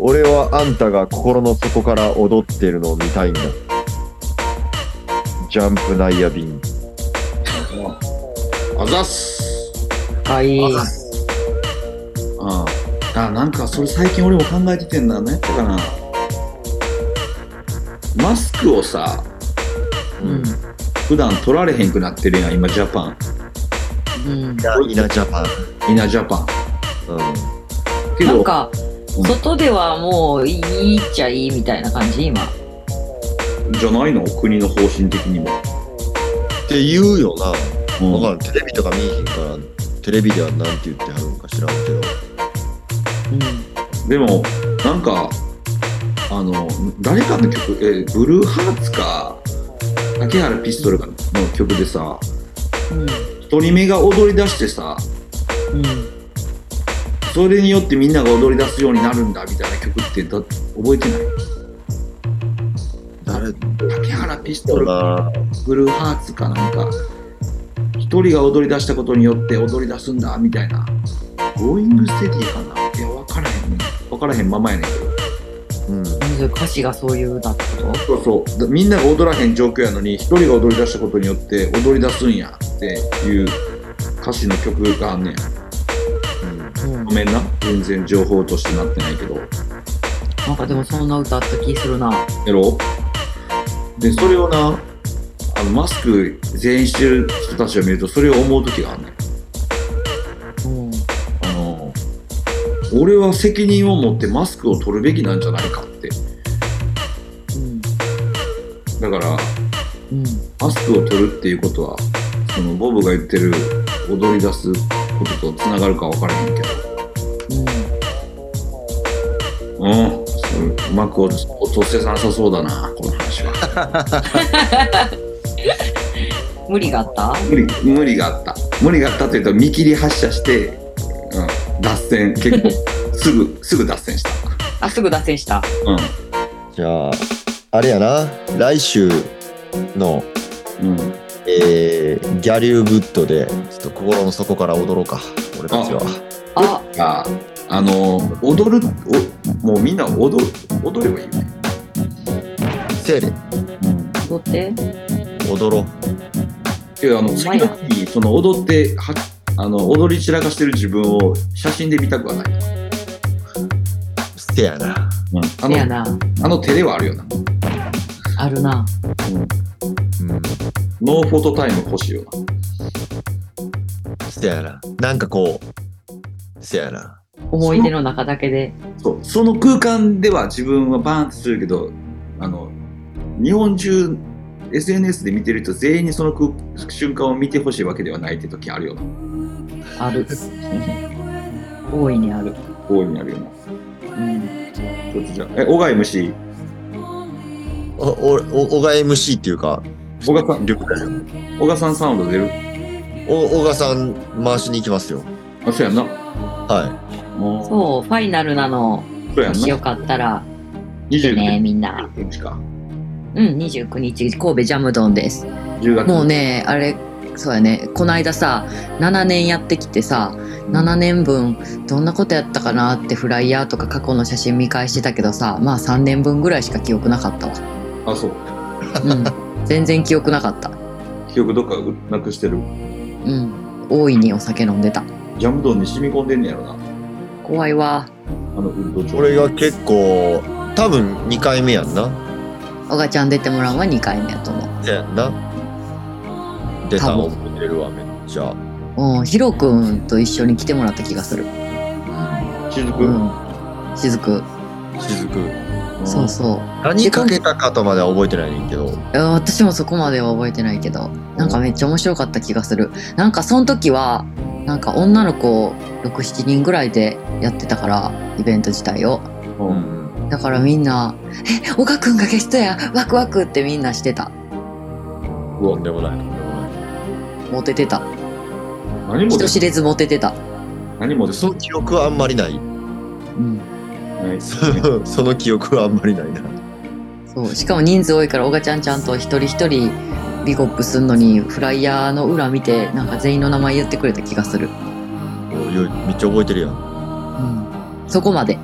[SPEAKER 5] 俺はあんたが心の底から踊っているのを見たいんだ。ジャンプナイアビン。
[SPEAKER 4] あざっす。
[SPEAKER 3] かいい。
[SPEAKER 4] ああ。あ、なんかそれ最近俺も考えててんな。何やったかな。マスクをさ、
[SPEAKER 3] うん。
[SPEAKER 4] 普段取られへんくなってるやん、今ジャパ
[SPEAKER 3] うん。
[SPEAKER 5] イナジャパン。
[SPEAKER 4] ン。イナジャパン。
[SPEAKER 5] う
[SPEAKER 4] け
[SPEAKER 3] なん
[SPEAKER 4] ど、
[SPEAKER 3] か、
[SPEAKER 4] うん
[SPEAKER 3] 外ではもういいっちゃいいみたいな感じ、今。
[SPEAKER 4] じゃないの国の方針的にも。
[SPEAKER 5] ん。って言うよな。
[SPEAKER 4] うん
[SPEAKER 5] わかる。テレビとか見えへんから、テレビではなんて言ってはるのか知らんけど。
[SPEAKER 3] うん。
[SPEAKER 4] でも、なんか、あの、誰かの曲、えーブルーハーツか、竹原ピストルかの曲でさ、一人目が踊り出してさ、
[SPEAKER 3] うん。
[SPEAKER 4] それによってみんなが踊り出すようになるんだみたいな曲ってだ覚えてない
[SPEAKER 5] 誰だ
[SPEAKER 4] 竹原ピスト
[SPEAKER 5] ろう
[SPEAKER 4] ル
[SPEAKER 5] な。
[SPEAKER 4] ブルーハーツかなんか一人が踊り出したことによって踊り出すんだみたいなゴーイングステディかないや分からへんね分からへんままやねんけ
[SPEAKER 5] うん。
[SPEAKER 3] うん。歌詞がそういうだってこ
[SPEAKER 4] どそうそうだみんなが踊らへん状況やのに一人が踊り出したことによって踊り出すんやっていう歌詞の曲があんねん
[SPEAKER 5] うん
[SPEAKER 3] とうん
[SPEAKER 4] ご。めんな全然情報としてなってないけど
[SPEAKER 3] なんかでもそんな歌あった気するな。
[SPEAKER 4] やろでそれをなあのマスク全員してる人たちを見るとそれを思う時があるねん
[SPEAKER 3] うん。
[SPEAKER 4] あの俺は責任を持ってマスクを取るべきなんじゃないかって
[SPEAKER 3] うん。
[SPEAKER 4] だから
[SPEAKER 3] うん。
[SPEAKER 4] マスクを取るっていうことはそのボブが言ってる踊り出すこととつながるか分からへんけど
[SPEAKER 3] うん。
[SPEAKER 4] うんそううまくおとせさなさそうだなこの話は
[SPEAKER 3] 無理があった
[SPEAKER 4] 無理無理があった無理があったというと見切り発車して、うん、脱線結構すぐすぐ脱線した
[SPEAKER 3] あ、すぐ脱線した。
[SPEAKER 4] う
[SPEAKER 5] じゃあ、あれやな。来週の、
[SPEAKER 4] んうん
[SPEAKER 5] えー、ギャリューグッドで、ちょっと心の底から踊ろうか。俺たちは。
[SPEAKER 3] あ、
[SPEAKER 4] ああの踊るおもうみんな踊る踊ればいいよね、
[SPEAKER 5] せーれ、
[SPEAKER 3] 踊って。
[SPEAKER 5] 踊ろう。
[SPEAKER 4] けどあの
[SPEAKER 3] ほんま
[SPEAKER 4] 次
[SPEAKER 3] や
[SPEAKER 4] の日にその踊ってはあの踊り散らかしてる自分を写真で見たくはない、
[SPEAKER 5] せやな。
[SPEAKER 4] あ
[SPEAKER 3] せや
[SPEAKER 4] の
[SPEAKER 3] な。
[SPEAKER 4] あの手ではあるよな
[SPEAKER 3] あるな。
[SPEAKER 5] うん。
[SPEAKER 4] ノーフォトタイム欲しいよな
[SPEAKER 5] せやな。なんかこう、せやな。
[SPEAKER 3] 思い出の中だけで。
[SPEAKER 4] そうその空間では自分はバーンってするけどあの日本中 SNS で見てる人全員にその空瞬間を見てほしいわけではないって時あるよな
[SPEAKER 3] ある。大いにある。
[SPEAKER 4] 大いにあるよな
[SPEAKER 3] うん。
[SPEAKER 4] どっちじゃえ、小貝虫。
[SPEAKER 5] お、お、お、小川 MC っていうか、
[SPEAKER 4] 小川さん、
[SPEAKER 5] 了解よ
[SPEAKER 4] 小川さんサウンド出る
[SPEAKER 5] お、小川さん回しに行きますよ。
[SPEAKER 4] あ、そうやんな。
[SPEAKER 5] は
[SPEAKER 4] も
[SPEAKER 3] そう、ファイナルなの。
[SPEAKER 4] う、そうや
[SPEAKER 3] も
[SPEAKER 4] ん
[SPEAKER 3] しよ
[SPEAKER 4] な。
[SPEAKER 3] かったら、
[SPEAKER 4] 29
[SPEAKER 3] ね、
[SPEAKER 4] 日
[SPEAKER 3] みんな。
[SPEAKER 4] か。
[SPEAKER 3] うん、29日、神戸ジャムドンです。
[SPEAKER 4] 10月。
[SPEAKER 3] もうね、あれ、そうやね、この間さ、7年やってきてさ、7年分、どんなことやったかなってフライヤーとか過去の写真見返してたけどさ、まあ3年分ぐらいしか記憶なかったわ。
[SPEAKER 4] あ、そう。
[SPEAKER 3] *laughs* うん、全然記憶なかった。
[SPEAKER 4] 記憶どっかなくしてる。
[SPEAKER 3] うん、大いにお酒飲んでた。
[SPEAKER 4] ジャムドンに染み込んでんねやろな。
[SPEAKER 3] 怖いわ。
[SPEAKER 4] あのウルト
[SPEAKER 5] い。
[SPEAKER 4] チョ
[SPEAKER 5] これが結構、多分2回目やんな。
[SPEAKER 3] おがちゃん出てもらうのは2回目やと思
[SPEAKER 5] せやんな。出た
[SPEAKER 3] 多
[SPEAKER 5] 覚
[SPEAKER 3] 分
[SPEAKER 5] えてるわ、めっちゃ。
[SPEAKER 3] う。うん、ヒロくんと一緒に来てもらった気がする。
[SPEAKER 4] 雫、
[SPEAKER 3] うん。しずく。
[SPEAKER 5] 雫。
[SPEAKER 3] そうそう。
[SPEAKER 5] 何かけたかとまでは覚えてないねんけど。
[SPEAKER 3] いや私もそこまでは覚えてないけどなんかめっちゃ面白かった気がするなんかその時はなんか女の子67人ぐらいでやってたからイベント自体を
[SPEAKER 4] う
[SPEAKER 5] うんん。
[SPEAKER 3] だからみんな「え岡くんがゲストやワクワク」ってみんなしてた
[SPEAKER 5] とんでもない、とんでもない。
[SPEAKER 3] モテてた
[SPEAKER 4] 何も
[SPEAKER 3] 人
[SPEAKER 4] です
[SPEAKER 3] 知れずモテてた、
[SPEAKER 4] 何もです
[SPEAKER 5] その記憶はあんまりない。 *laughs*
[SPEAKER 3] うん、
[SPEAKER 4] ないですね
[SPEAKER 5] その記憶はあんまりないな。
[SPEAKER 3] そうしかも人数多いから岡ちゃんちゃんと一人一人ビゴップすんのにフライヤーの裏見てなんか全員の名前言ってくれた気がする、
[SPEAKER 5] おいよいめっちゃ覚えてるやん。
[SPEAKER 3] うん、そこまで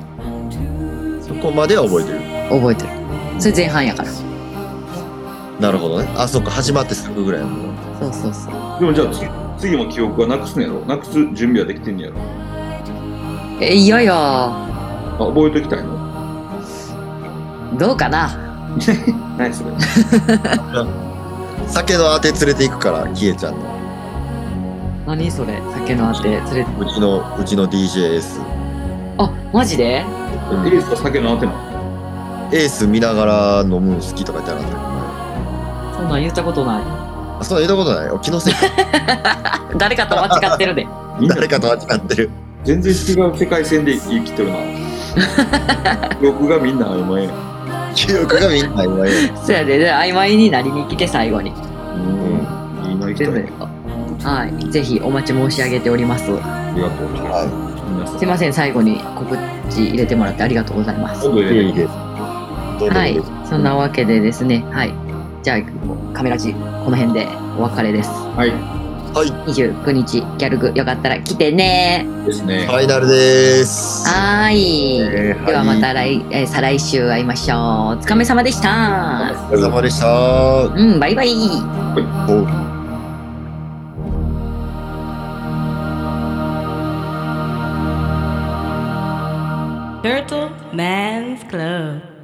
[SPEAKER 5] そこまでは覚えてる。
[SPEAKER 3] 覚えてるそれ前半やからそ
[SPEAKER 5] なるほどね。あ、そっか、始まってすぐぐらいやもんな。
[SPEAKER 3] うそうそう
[SPEAKER 4] *laughs* でもじゃあつ次も記憶はなくすんやろなくす準備はできてんねやろ
[SPEAKER 3] えいやいや
[SPEAKER 4] あ覚えときたいの
[SPEAKER 3] どうかな
[SPEAKER 4] ないそれ
[SPEAKER 5] 酒のあて連れて行くから、キエちゃんの。
[SPEAKER 3] 何それ酒のあて連れて
[SPEAKER 5] うちの、うちの DJS。
[SPEAKER 3] あマジで
[SPEAKER 4] エリスと酒のあてな
[SPEAKER 5] エース見ながら飲むの好きとかじゃなかったっ
[SPEAKER 3] そんなん言ったことない
[SPEAKER 5] けあ、そんなん言ったことない。お気のせいか。
[SPEAKER 4] *laughs*
[SPEAKER 3] 誰かと間違ってるで
[SPEAKER 4] みんな
[SPEAKER 5] 誰かと間違ってる。
[SPEAKER 4] 全然違う世界線で生きて *laughs* るな記憶がみんな曖昧や
[SPEAKER 5] 記憶がみんな曖昧や。
[SPEAKER 3] そやでで曖昧になりに来て最後に
[SPEAKER 4] うんいいな生きて
[SPEAKER 3] 全部
[SPEAKER 4] る
[SPEAKER 3] はいぜひお待ち申し上げております
[SPEAKER 4] ありがとう皆さん
[SPEAKER 3] すいません最後に告知入れてもらってありがとうございます
[SPEAKER 4] 今度入れて
[SPEAKER 5] いえ。どうぞ
[SPEAKER 3] はいそんなわけでですねはいじゃあカメラジこの辺でお別れです
[SPEAKER 4] はい
[SPEAKER 3] 29日ギャルグよかったら来てね
[SPEAKER 4] ですね
[SPEAKER 5] ファイナルでーす。
[SPEAKER 3] はーい、
[SPEAKER 5] えー
[SPEAKER 3] ではまた
[SPEAKER 5] い
[SPEAKER 3] 来、えー再来週会いましょうお疲れ様でした
[SPEAKER 5] お疲れ様でした。
[SPEAKER 3] うんバイバイ
[SPEAKER 1] Turtle Man's Club.